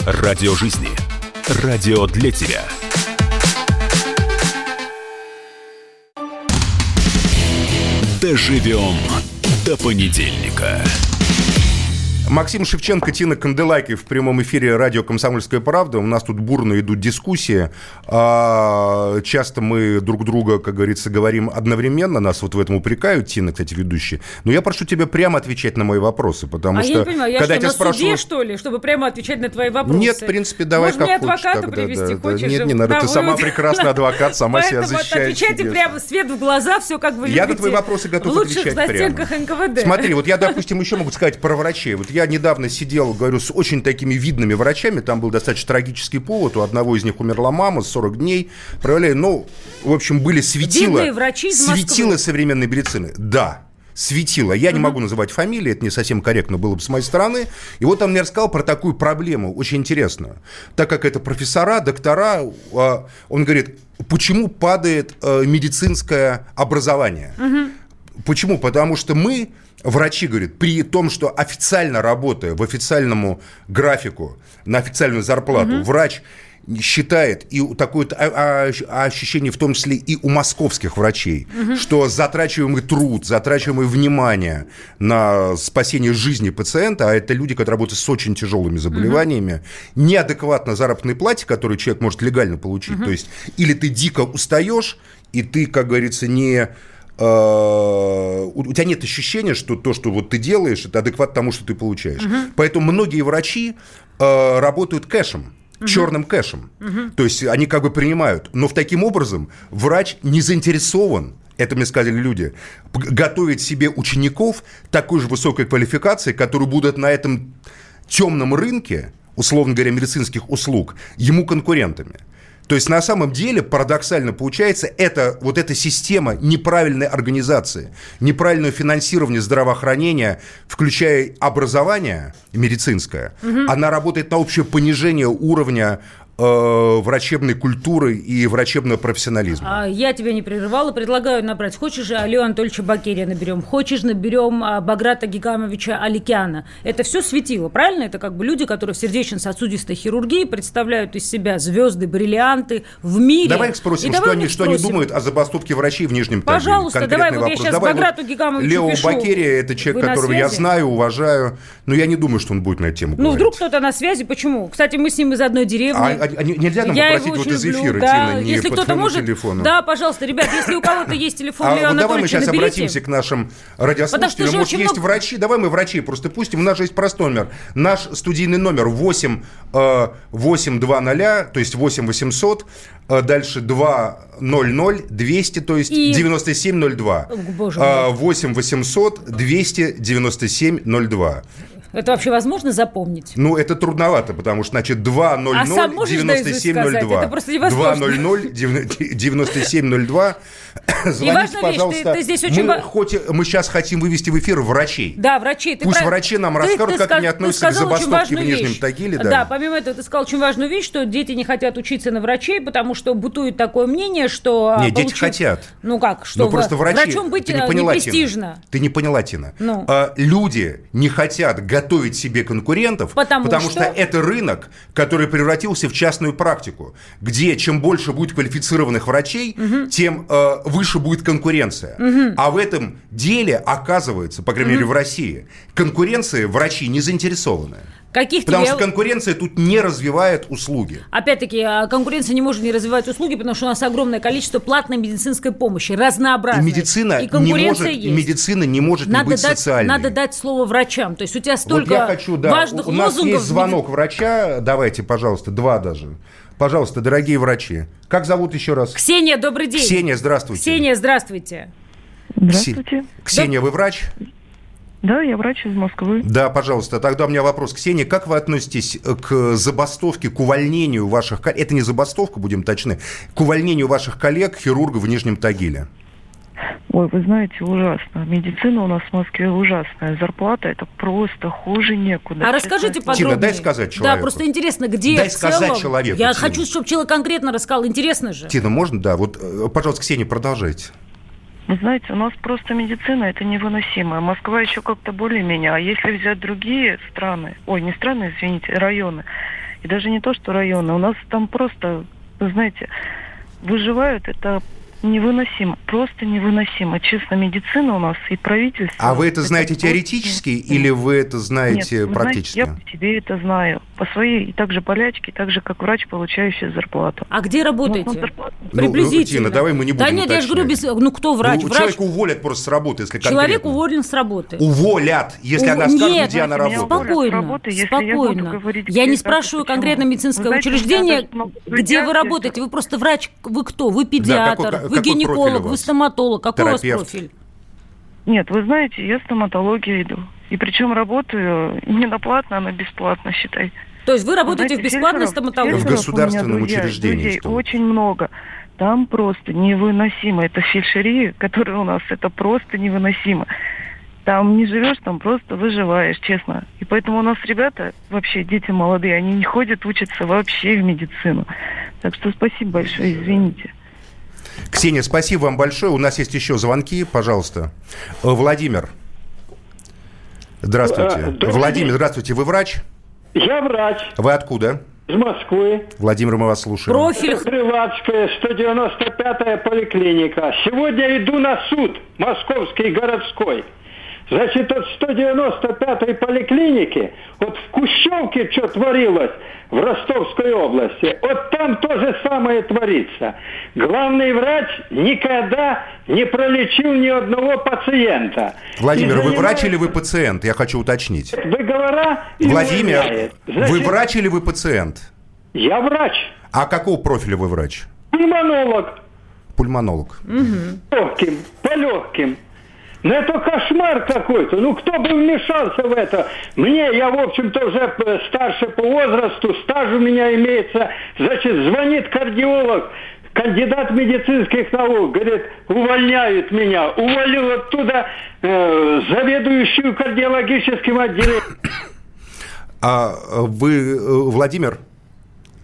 [SPEAKER 1] Радио жизни. Радио для тебя. Доживем до понедельника.
[SPEAKER 2] Максим Шевченко, Тина Канделаки в прямом эфире радио «Комсомольская правда». У нас тут бурно идут дискуссии. А, часто мы друг друга, как говорится, говорим одновременно. Нас вот в этом упрекают, Тина, кстати, ведущие. Но я прошу тебя прямо отвечать на мои вопросы, потому
[SPEAKER 3] А
[SPEAKER 2] что...
[SPEAKER 3] я не понимаю, я
[SPEAKER 2] когда
[SPEAKER 3] что,
[SPEAKER 2] тебя
[SPEAKER 3] на суде,
[SPEAKER 2] спрашивают...
[SPEAKER 3] что ли, чтобы прямо отвечать на твои вопросы?
[SPEAKER 2] Нет, в принципе, давай
[SPEAKER 3] Может,
[SPEAKER 2] как
[SPEAKER 3] мне
[SPEAKER 2] хочешь
[SPEAKER 3] адвоката
[SPEAKER 2] тогда, да,
[SPEAKER 3] привести
[SPEAKER 2] да.
[SPEAKER 3] хочешь?
[SPEAKER 2] Нет, не надо, ты сама прекрасный адвокат, сама себя защищаешь
[SPEAKER 3] защищаешь. отвечайте
[SPEAKER 2] А чудесно.
[SPEAKER 3] прямо свет в глаза, все как вы любите.
[SPEAKER 2] Я на твои вопросы готов
[SPEAKER 3] В лучших
[SPEAKER 2] отвечать прямо.
[SPEAKER 3] застенках НКВД.
[SPEAKER 2] Смотри, вот я, допустим, еще могу сказать про врачей. Вот я недавно сидел, говорю, с очень такими видными врачами. Там был достаточно трагический повод. У одного из них умерла мама, 40 дней. Провели, ну, в общем, были светила.
[SPEAKER 3] Видные врачи из Москвы.
[SPEAKER 2] Светила современной медицины. Да. Светила. Я не могу называть фамилии, это не совсем корректно было бы с моей стороны. И вот он мне рассказал про такую проблему, очень интересную. Так как это профессора, доктора, а, он говорит, почему падает э, медицинское образование? Почему? Потому что мы, врачи, говорят, при том, что официально работая в официальному графику, на официальную зарплату, врач считает, и у- такое т- а- а- ощущение в том числе и у московских врачей, что затрачиваемый труд, затрачиваемое внимание на спасение жизни пациента, а это люди, которые работают с очень тяжелыми заболеваниями, неадекватно заработной плате, которую человек может легально получить. То есть или ты дико устаешь, и ты, как говорится, не э, у у тебя нет ощущения, что то, что вот ты делаешь, это адекватно тому, что ты получаешь. Поэтому многие врачи э, работают кэшем. Черным кэшем. То есть они как бы принимают. Но в таким образом врач не заинтересован, это мне сказали люди, п- готовить себе учеников такой же высокой квалификации, которые будут на этом темном рынке, условно говоря, медицинских услуг, ему конкурентами. То есть на самом деле парадоксально получается, это вот эта система неправильной организации, неправильного финансирования здравоохранения, включая образование медицинское, она работает на общее понижение уровня э, врачебной культуры и врачебного профессионализма.
[SPEAKER 3] А, Я тебя не прерывала, предлагаю набрать. Хочешь же Алию Анатольевича Бакерия наберем, хочешь наберем а, Баграта Гигамовича Аликяна. Это все светило, правильно? Это как бы люди, которые в сердечно-сосудистой хирургии представляют из себя звезды, бриллианты в мире.
[SPEAKER 2] Давай их спросим,
[SPEAKER 3] И
[SPEAKER 2] что,
[SPEAKER 3] давай у
[SPEAKER 2] они,
[SPEAKER 3] них
[SPEAKER 2] что они
[SPEAKER 3] спросим.
[SPEAKER 2] думают о забастовке врачей в Нижнем Тагиле.
[SPEAKER 3] Пожалуйста,
[SPEAKER 2] Конкретный
[SPEAKER 3] давай, вот я
[SPEAKER 2] вопрос.
[SPEAKER 3] щас
[SPEAKER 2] Давай
[SPEAKER 3] Баграту Гигамовичу
[SPEAKER 2] Лео
[SPEAKER 3] пишу.
[SPEAKER 2] Бакерия, это человек,
[SPEAKER 3] Вы на
[SPEAKER 2] которого я
[SPEAKER 3] связи?
[SPEAKER 2] знаю, уважаю, но я не думаю, что он будет на эту тему
[SPEAKER 3] Ну,
[SPEAKER 2] говорить.
[SPEAKER 3] вдруг кто-то на связи, почему? Кстати, мы с ним из одной деревни.
[SPEAKER 2] А, а- а не- нельзя нам
[SPEAKER 3] Я его
[SPEAKER 2] попросить вот
[SPEAKER 3] очень
[SPEAKER 2] из
[SPEAKER 3] люблю,
[SPEAKER 2] эфира,
[SPEAKER 3] да.
[SPEAKER 2] Тина, не
[SPEAKER 3] Если кто-то
[SPEAKER 2] по
[SPEAKER 3] может,
[SPEAKER 2] телефону?
[SPEAKER 3] да, пожалуйста, ребят, если у кого-то есть телефон
[SPEAKER 2] А
[SPEAKER 3] Лео
[SPEAKER 2] вот давай мы
[SPEAKER 3] Анатольевича,
[SPEAKER 2] сейчас
[SPEAKER 3] наберите.
[SPEAKER 2] обратимся к нашим радиослушателям.
[SPEAKER 3] Потому что же
[SPEAKER 2] Может,
[SPEAKER 3] очень
[SPEAKER 2] есть
[SPEAKER 3] много-
[SPEAKER 2] врачи? Давай мы врачей просто пустим. У нас же есть простой номер. Наш студийный номер 8, э, 820, то есть 8 800, э, дальше 200 200, то есть
[SPEAKER 3] И-
[SPEAKER 2] 9702.
[SPEAKER 3] О, боже
[SPEAKER 2] Э, 8 800 297 02.
[SPEAKER 3] Это вообще возможно запомнить?
[SPEAKER 2] Ну, это трудновато, потому что, значит, 2.00
[SPEAKER 3] А сам можешь наизусть сказать? Это просто
[SPEAKER 2] 9702.
[SPEAKER 3] невозможно.
[SPEAKER 2] 2.00 9702. Звоните,
[SPEAKER 3] важная вещь,
[SPEAKER 2] пожалуйста.
[SPEAKER 3] ты- ты здесь очень
[SPEAKER 2] Мы
[SPEAKER 3] ба-
[SPEAKER 2] хоть э, мы сейчас хотим вывести в эфир врачей.
[SPEAKER 3] Да, врачи. Ты
[SPEAKER 2] Пусть
[SPEAKER 3] прав-
[SPEAKER 2] врачи нам
[SPEAKER 3] Ты-
[SPEAKER 2] расскажут,
[SPEAKER 3] ты
[SPEAKER 2] как
[SPEAKER 3] сказ-
[SPEAKER 2] они
[SPEAKER 3] ты
[SPEAKER 2] относятся к
[SPEAKER 3] сказал очень
[SPEAKER 2] забастовке в
[SPEAKER 3] важную
[SPEAKER 2] Нижнем
[SPEAKER 3] вещь.
[SPEAKER 2] Тагиле.
[SPEAKER 3] Да. помимо этого, ты сказал очень важную вещь, что дети не хотят учиться на врачей, потому что бытует такое мнение, что... а,
[SPEAKER 2] Не, дети
[SPEAKER 3] получив-
[SPEAKER 2] хотят.
[SPEAKER 3] Ну как, что
[SPEAKER 2] Ну, просто
[SPEAKER 3] в-
[SPEAKER 2] врачи...
[SPEAKER 3] врачом быть
[SPEAKER 2] ты не
[SPEAKER 3] а,
[SPEAKER 2] поняла, Тина.
[SPEAKER 3] непрестижно.
[SPEAKER 2] Ты не поняла, Тина.
[SPEAKER 3] Ну.
[SPEAKER 2] А, люди не хотят готовить себе конкурентов,
[SPEAKER 3] Потому
[SPEAKER 2] что...
[SPEAKER 3] что-
[SPEAKER 2] это рынок, который превратился в частную практику, где чем больше будет квалифицированных врачей, тем э, выше будет конкуренция. А в этом деле, оказывается, по крайней мере в России, конкуренции врачи не заинтересованы.
[SPEAKER 3] Каких
[SPEAKER 2] Потому
[SPEAKER 3] тебе-
[SPEAKER 2] что конкуренция тут не развивает услуги.
[SPEAKER 3] Опять-таки, а, конкуренция не может не развивать услуги, потому что у нас огромное количество платной медицинской помощи, разнообразной.
[SPEAKER 2] И медицина,
[SPEAKER 3] И
[SPEAKER 2] не
[SPEAKER 3] конкуренция
[SPEAKER 2] может,
[SPEAKER 3] есть.
[SPEAKER 2] медицина не может не
[SPEAKER 3] надо,
[SPEAKER 2] быть
[SPEAKER 3] дать,
[SPEAKER 2] социальной.
[SPEAKER 3] надо дать слово врачам. То есть у тебя
[SPEAKER 2] Вот
[SPEAKER 3] столько
[SPEAKER 2] я хочу, да.
[SPEAKER 3] важных
[SPEAKER 2] у, у нас
[SPEAKER 3] лозунгов.
[SPEAKER 2] есть звонок врача. Давайте, пожалуйста, два даже. Пожалуйста, дорогие врачи. Как зовут еще раз?
[SPEAKER 3] Ксения, добрый день.
[SPEAKER 2] Ксения, здравствуйте.
[SPEAKER 3] Ксения, здравствуйте.
[SPEAKER 6] Здравствуйте.
[SPEAKER 2] Ксения, вы врач?
[SPEAKER 6] Да, я врач из Москвы.
[SPEAKER 2] Да, пожалуйста. Тогда у меня вопрос. Ксения, как вы относитесь э, к забастовке, к увольнению ваших... кол- Это не забастовка, будем точны. К увольнению ваших коллег, хирурга в Нижнем Тагиле.
[SPEAKER 6] Ой, вы знаете, ужасно. Медицина у нас в Москве ужасная. Зарплата это просто хуже некуда.
[SPEAKER 3] А расскажите
[SPEAKER 6] Честное слово.
[SPEAKER 3] подробнее.
[SPEAKER 2] дай сказать человеку.
[SPEAKER 3] Да, просто интересно, где
[SPEAKER 2] Дай
[SPEAKER 3] в
[SPEAKER 2] сказать
[SPEAKER 3] целом?
[SPEAKER 2] человеку,
[SPEAKER 3] Я
[SPEAKER 2] Тина.
[SPEAKER 3] хочу, чтобы человек конкретно рассказал. Интересно же.
[SPEAKER 2] Тина, можно? Да, вот, э, пожалуйста, Ксения, продолжайте.
[SPEAKER 6] Вы знаете, у нас просто медицина это невыносимо. Москва еще как-то более-менее. А если взять другие страны, ой, не страны, извините, районы, и даже не то, что районы, у нас там просто, вы знаете, выживают это невыносимо, просто невыносимо. Честно, медицина у нас и правительство.
[SPEAKER 2] А вы это знаете
[SPEAKER 6] просто-
[SPEAKER 2] теоретически или вы это знаете
[SPEAKER 6] Нет, вы
[SPEAKER 2] практически?
[SPEAKER 6] знаете, я по себе это знаю. По своей, и также болячке, так же, как врач, получающий зарплату.
[SPEAKER 3] А где работаете?
[SPEAKER 6] Ну, зарплата-
[SPEAKER 2] Ну,
[SPEAKER 3] Приблизительно.
[SPEAKER 2] Тина, давай мы не будем
[SPEAKER 3] Да нет, я же говорю, без...
[SPEAKER 2] уточнять.
[SPEAKER 3] ну кто врач?
[SPEAKER 2] Ну,
[SPEAKER 3] врач.
[SPEAKER 2] Человека уволят просто с работы, если
[SPEAKER 3] Человек
[SPEAKER 2] конкретно.
[SPEAKER 3] уволен с работы.
[SPEAKER 2] Уволят, если
[SPEAKER 3] У-
[SPEAKER 2] она скажет,
[SPEAKER 3] нет,
[SPEAKER 2] где она
[SPEAKER 6] знаете, меня
[SPEAKER 2] работает.
[SPEAKER 6] уволят.
[SPEAKER 3] Спокойно,
[SPEAKER 6] с работы, если я буду
[SPEAKER 3] спокойно.
[SPEAKER 6] говорить,
[SPEAKER 3] Я,
[SPEAKER 6] где
[SPEAKER 3] не
[SPEAKER 6] и как,
[SPEAKER 3] спрашиваю
[SPEAKER 6] почему.
[SPEAKER 3] конкретно медицинское
[SPEAKER 6] Вы знаете, меня
[SPEAKER 3] учреждение,
[SPEAKER 6] даже много
[SPEAKER 3] где вы
[SPEAKER 6] судят,
[SPEAKER 3] работаете. Вы просто врач, вы кто? Вы педиатр,
[SPEAKER 2] какой-
[SPEAKER 3] вы
[SPEAKER 2] какой профиль у
[SPEAKER 3] гинеколог,
[SPEAKER 2] вас?
[SPEAKER 3] вы стоматолог. Какой у
[SPEAKER 2] Терапевт.
[SPEAKER 3] вас профиль?
[SPEAKER 6] Нет, вы знаете, я стоматологию иду. И причем работаю не на платно, а на бесплатно, считай.
[SPEAKER 3] То есть вы работаете А в
[SPEAKER 6] Знаете,
[SPEAKER 3] бесплатной
[SPEAKER 6] фельдшеров-
[SPEAKER 3] стоматологии?
[SPEAKER 2] В
[SPEAKER 6] фельдшеров у меня
[SPEAKER 2] государственном
[SPEAKER 6] друзья-
[SPEAKER 2] учреждении,
[SPEAKER 6] Друзей
[SPEAKER 2] что ли?
[SPEAKER 6] очень много. Там просто невыносимо. Это фельдшерия, которая у нас, это просто невыносимо. Там не живешь, там просто выживаешь, честно. И поэтому у нас ребята, вообще дети молодые, они не ходят учатся вообще в медицину. Так что спасибо большое, извините.
[SPEAKER 2] Ксения, спасибо вам большое. У нас есть еще звонки, пожалуйста. Э, Владимир.
[SPEAKER 7] Э,
[SPEAKER 2] Здравствуйте.
[SPEAKER 7] добрый
[SPEAKER 2] Владимир,
[SPEAKER 7] день.
[SPEAKER 2] здравствуйте. Вы врач?
[SPEAKER 7] Я врач
[SPEAKER 2] Вы откуда?
[SPEAKER 7] из Москвы.
[SPEAKER 2] Владимир, мы вас слушаем.
[SPEAKER 3] Профиль.
[SPEAKER 7] Приватская, 195-я поликлиника. Сегодня иду на суд, московский городской. Значит, от 195-й поликлиники, вот в Кущевке что творилось, в Ростовской области, вот там то же самое творится. Главный врач никогда не пролечил ни одного пациента. И
[SPEAKER 2] Владимир, вы врач
[SPEAKER 7] занимается-
[SPEAKER 2] или вы пациент? Я хочу уточнить.
[SPEAKER 7] Договора и
[SPEAKER 2] Владимир,
[SPEAKER 7] увольняет.
[SPEAKER 2] вы
[SPEAKER 7] Значит,
[SPEAKER 2] врач или вы пациент?
[SPEAKER 7] Я врач,
[SPEAKER 2] А какого профиля вы врач?
[SPEAKER 7] пульмонолог,
[SPEAKER 2] Пульмонолог.
[SPEAKER 7] легким, по легким. Ну это кошмар какой-то. Ну кто бы вмешался в это? Мне, я в общем-то уже э, старше по возрасту, стаж у меня имеется. Значит, звонит кардиолог, кандидат медицинских наук, говорит, увольняют меня. Уволил оттуда э, заведующую кардиологическим отделением.
[SPEAKER 2] А э, вы, э, Владимир?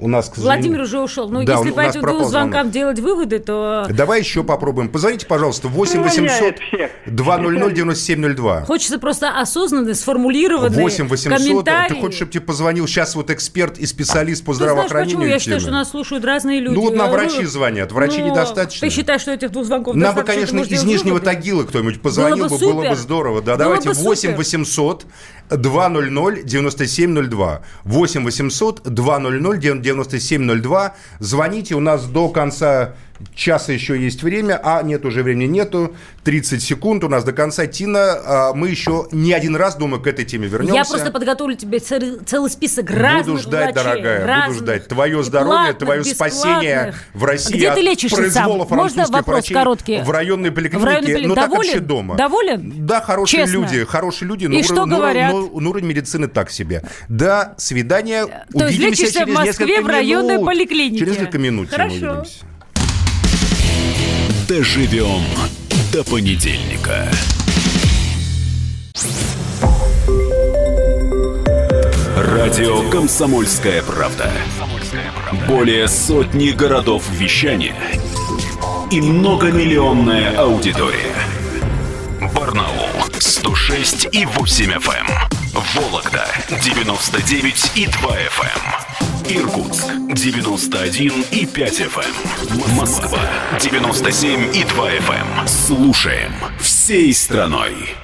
[SPEAKER 2] У нас, к сожалению-
[SPEAKER 3] Владимир уже ушел. Ну,
[SPEAKER 2] Да,
[SPEAKER 3] если
[SPEAKER 2] у
[SPEAKER 3] по
[SPEAKER 2] нас
[SPEAKER 3] этим
[SPEAKER 2] пропал
[SPEAKER 3] двум звонкам
[SPEAKER 2] звонок.
[SPEAKER 3] делать выводы, то
[SPEAKER 2] Давай еще попробуем. Позвоните, пожалуйста, 8 800
[SPEAKER 7] Увольняет всех.
[SPEAKER 2] 200 9702.
[SPEAKER 3] хочется просто осознанно сформулированные
[SPEAKER 2] 8 800.
[SPEAKER 3] комментарии.
[SPEAKER 2] Ты хочешь, чтобы тебе позвонил сейчас вот эксперт и специалист по
[SPEAKER 3] Ты знаешь,
[SPEAKER 2] здравоохранению?
[SPEAKER 3] почему я считаю,
[SPEAKER 2] Тина?
[SPEAKER 3] что нас слушают разные люди?
[SPEAKER 2] Ну, вот нам
[SPEAKER 3] Э,
[SPEAKER 2] врачи
[SPEAKER 3] ну,
[SPEAKER 2] звонят. Врачей
[SPEAKER 3] ну,
[SPEAKER 2] недостаточно.
[SPEAKER 3] Ты считаешь, что этих двух звонков
[SPEAKER 2] Нам бы,
[SPEAKER 3] достаточно,
[SPEAKER 2] конечно,
[SPEAKER 3] чтобы
[SPEAKER 2] из
[SPEAKER 3] сделать
[SPEAKER 2] Нижнего
[SPEAKER 3] выводы?
[SPEAKER 2] Тагила кто-нибудь позвонил
[SPEAKER 3] Было бы
[SPEAKER 2] бы, было бы
[SPEAKER 3] супер.
[SPEAKER 2] здорово. Да,
[SPEAKER 3] Было
[SPEAKER 2] давайте
[SPEAKER 3] бы
[SPEAKER 2] 8
[SPEAKER 3] супер.
[SPEAKER 2] 800 200 9702. 8 800 200 9702. Звоните, у нас до конца Часа еще есть время, а нет, уже времени нету. 30 секунд у нас до конца. Тина, а, мы еще не один раз, думаю, к этой теме вернемся.
[SPEAKER 3] Я просто подготовлю тебе цел- целый список разных
[SPEAKER 2] Буду ждать,
[SPEAKER 3] врачей,
[SPEAKER 2] дорогая,
[SPEAKER 3] разных.
[SPEAKER 2] буду ждать. Твое здоровье,
[SPEAKER 3] платных,
[SPEAKER 2] твое спасение
[SPEAKER 3] бесплатных.
[SPEAKER 2] в России
[SPEAKER 3] Где
[SPEAKER 2] от
[SPEAKER 3] ты лечишься сам?
[SPEAKER 2] произвола
[SPEAKER 3] Можно
[SPEAKER 2] французских
[SPEAKER 3] вопрос
[SPEAKER 2] врачей
[SPEAKER 3] короткий?
[SPEAKER 2] в районной
[SPEAKER 3] В
[SPEAKER 2] поликлинике.
[SPEAKER 3] районной поликлинике.
[SPEAKER 2] ну, так
[SPEAKER 3] Доволен?
[SPEAKER 2] вообще дома.
[SPEAKER 3] Доволен?
[SPEAKER 2] Да, хорошие
[SPEAKER 3] Честно?
[SPEAKER 2] люди, хорошие люди, но
[SPEAKER 3] И
[SPEAKER 2] уровень,
[SPEAKER 3] что
[SPEAKER 2] ну,
[SPEAKER 3] говорят?
[SPEAKER 2] ну, ну, уровень медицины так себе. До свидания.
[SPEAKER 3] То есть
[SPEAKER 2] увидимся
[SPEAKER 3] лечишься в
[SPEAKER 2] через
[SPEAKER 3] Москве
[SPEAKER 2] несколько
[SPEAKER 3] в районной
[SPEAKER 2] минут.
[SPEAKER 3] поликлинике.
[SPEAKER 2] Через несколько минут Тина,
[SPEAKER 3] Хорошо.
[SPEAKER 2] увидимся.
[SPEAKER 1] Доживем до понедельника. Радио «Комсомольская правда». Более сотни городов вещания и многомиллионная аудитория. Барнаул 106 и 8 FM. Вологда 99 и 2 FM. Иркутск 91 и эм. 5 FM. Москва 97 и 2 FM. Слушаем всей эм. страной.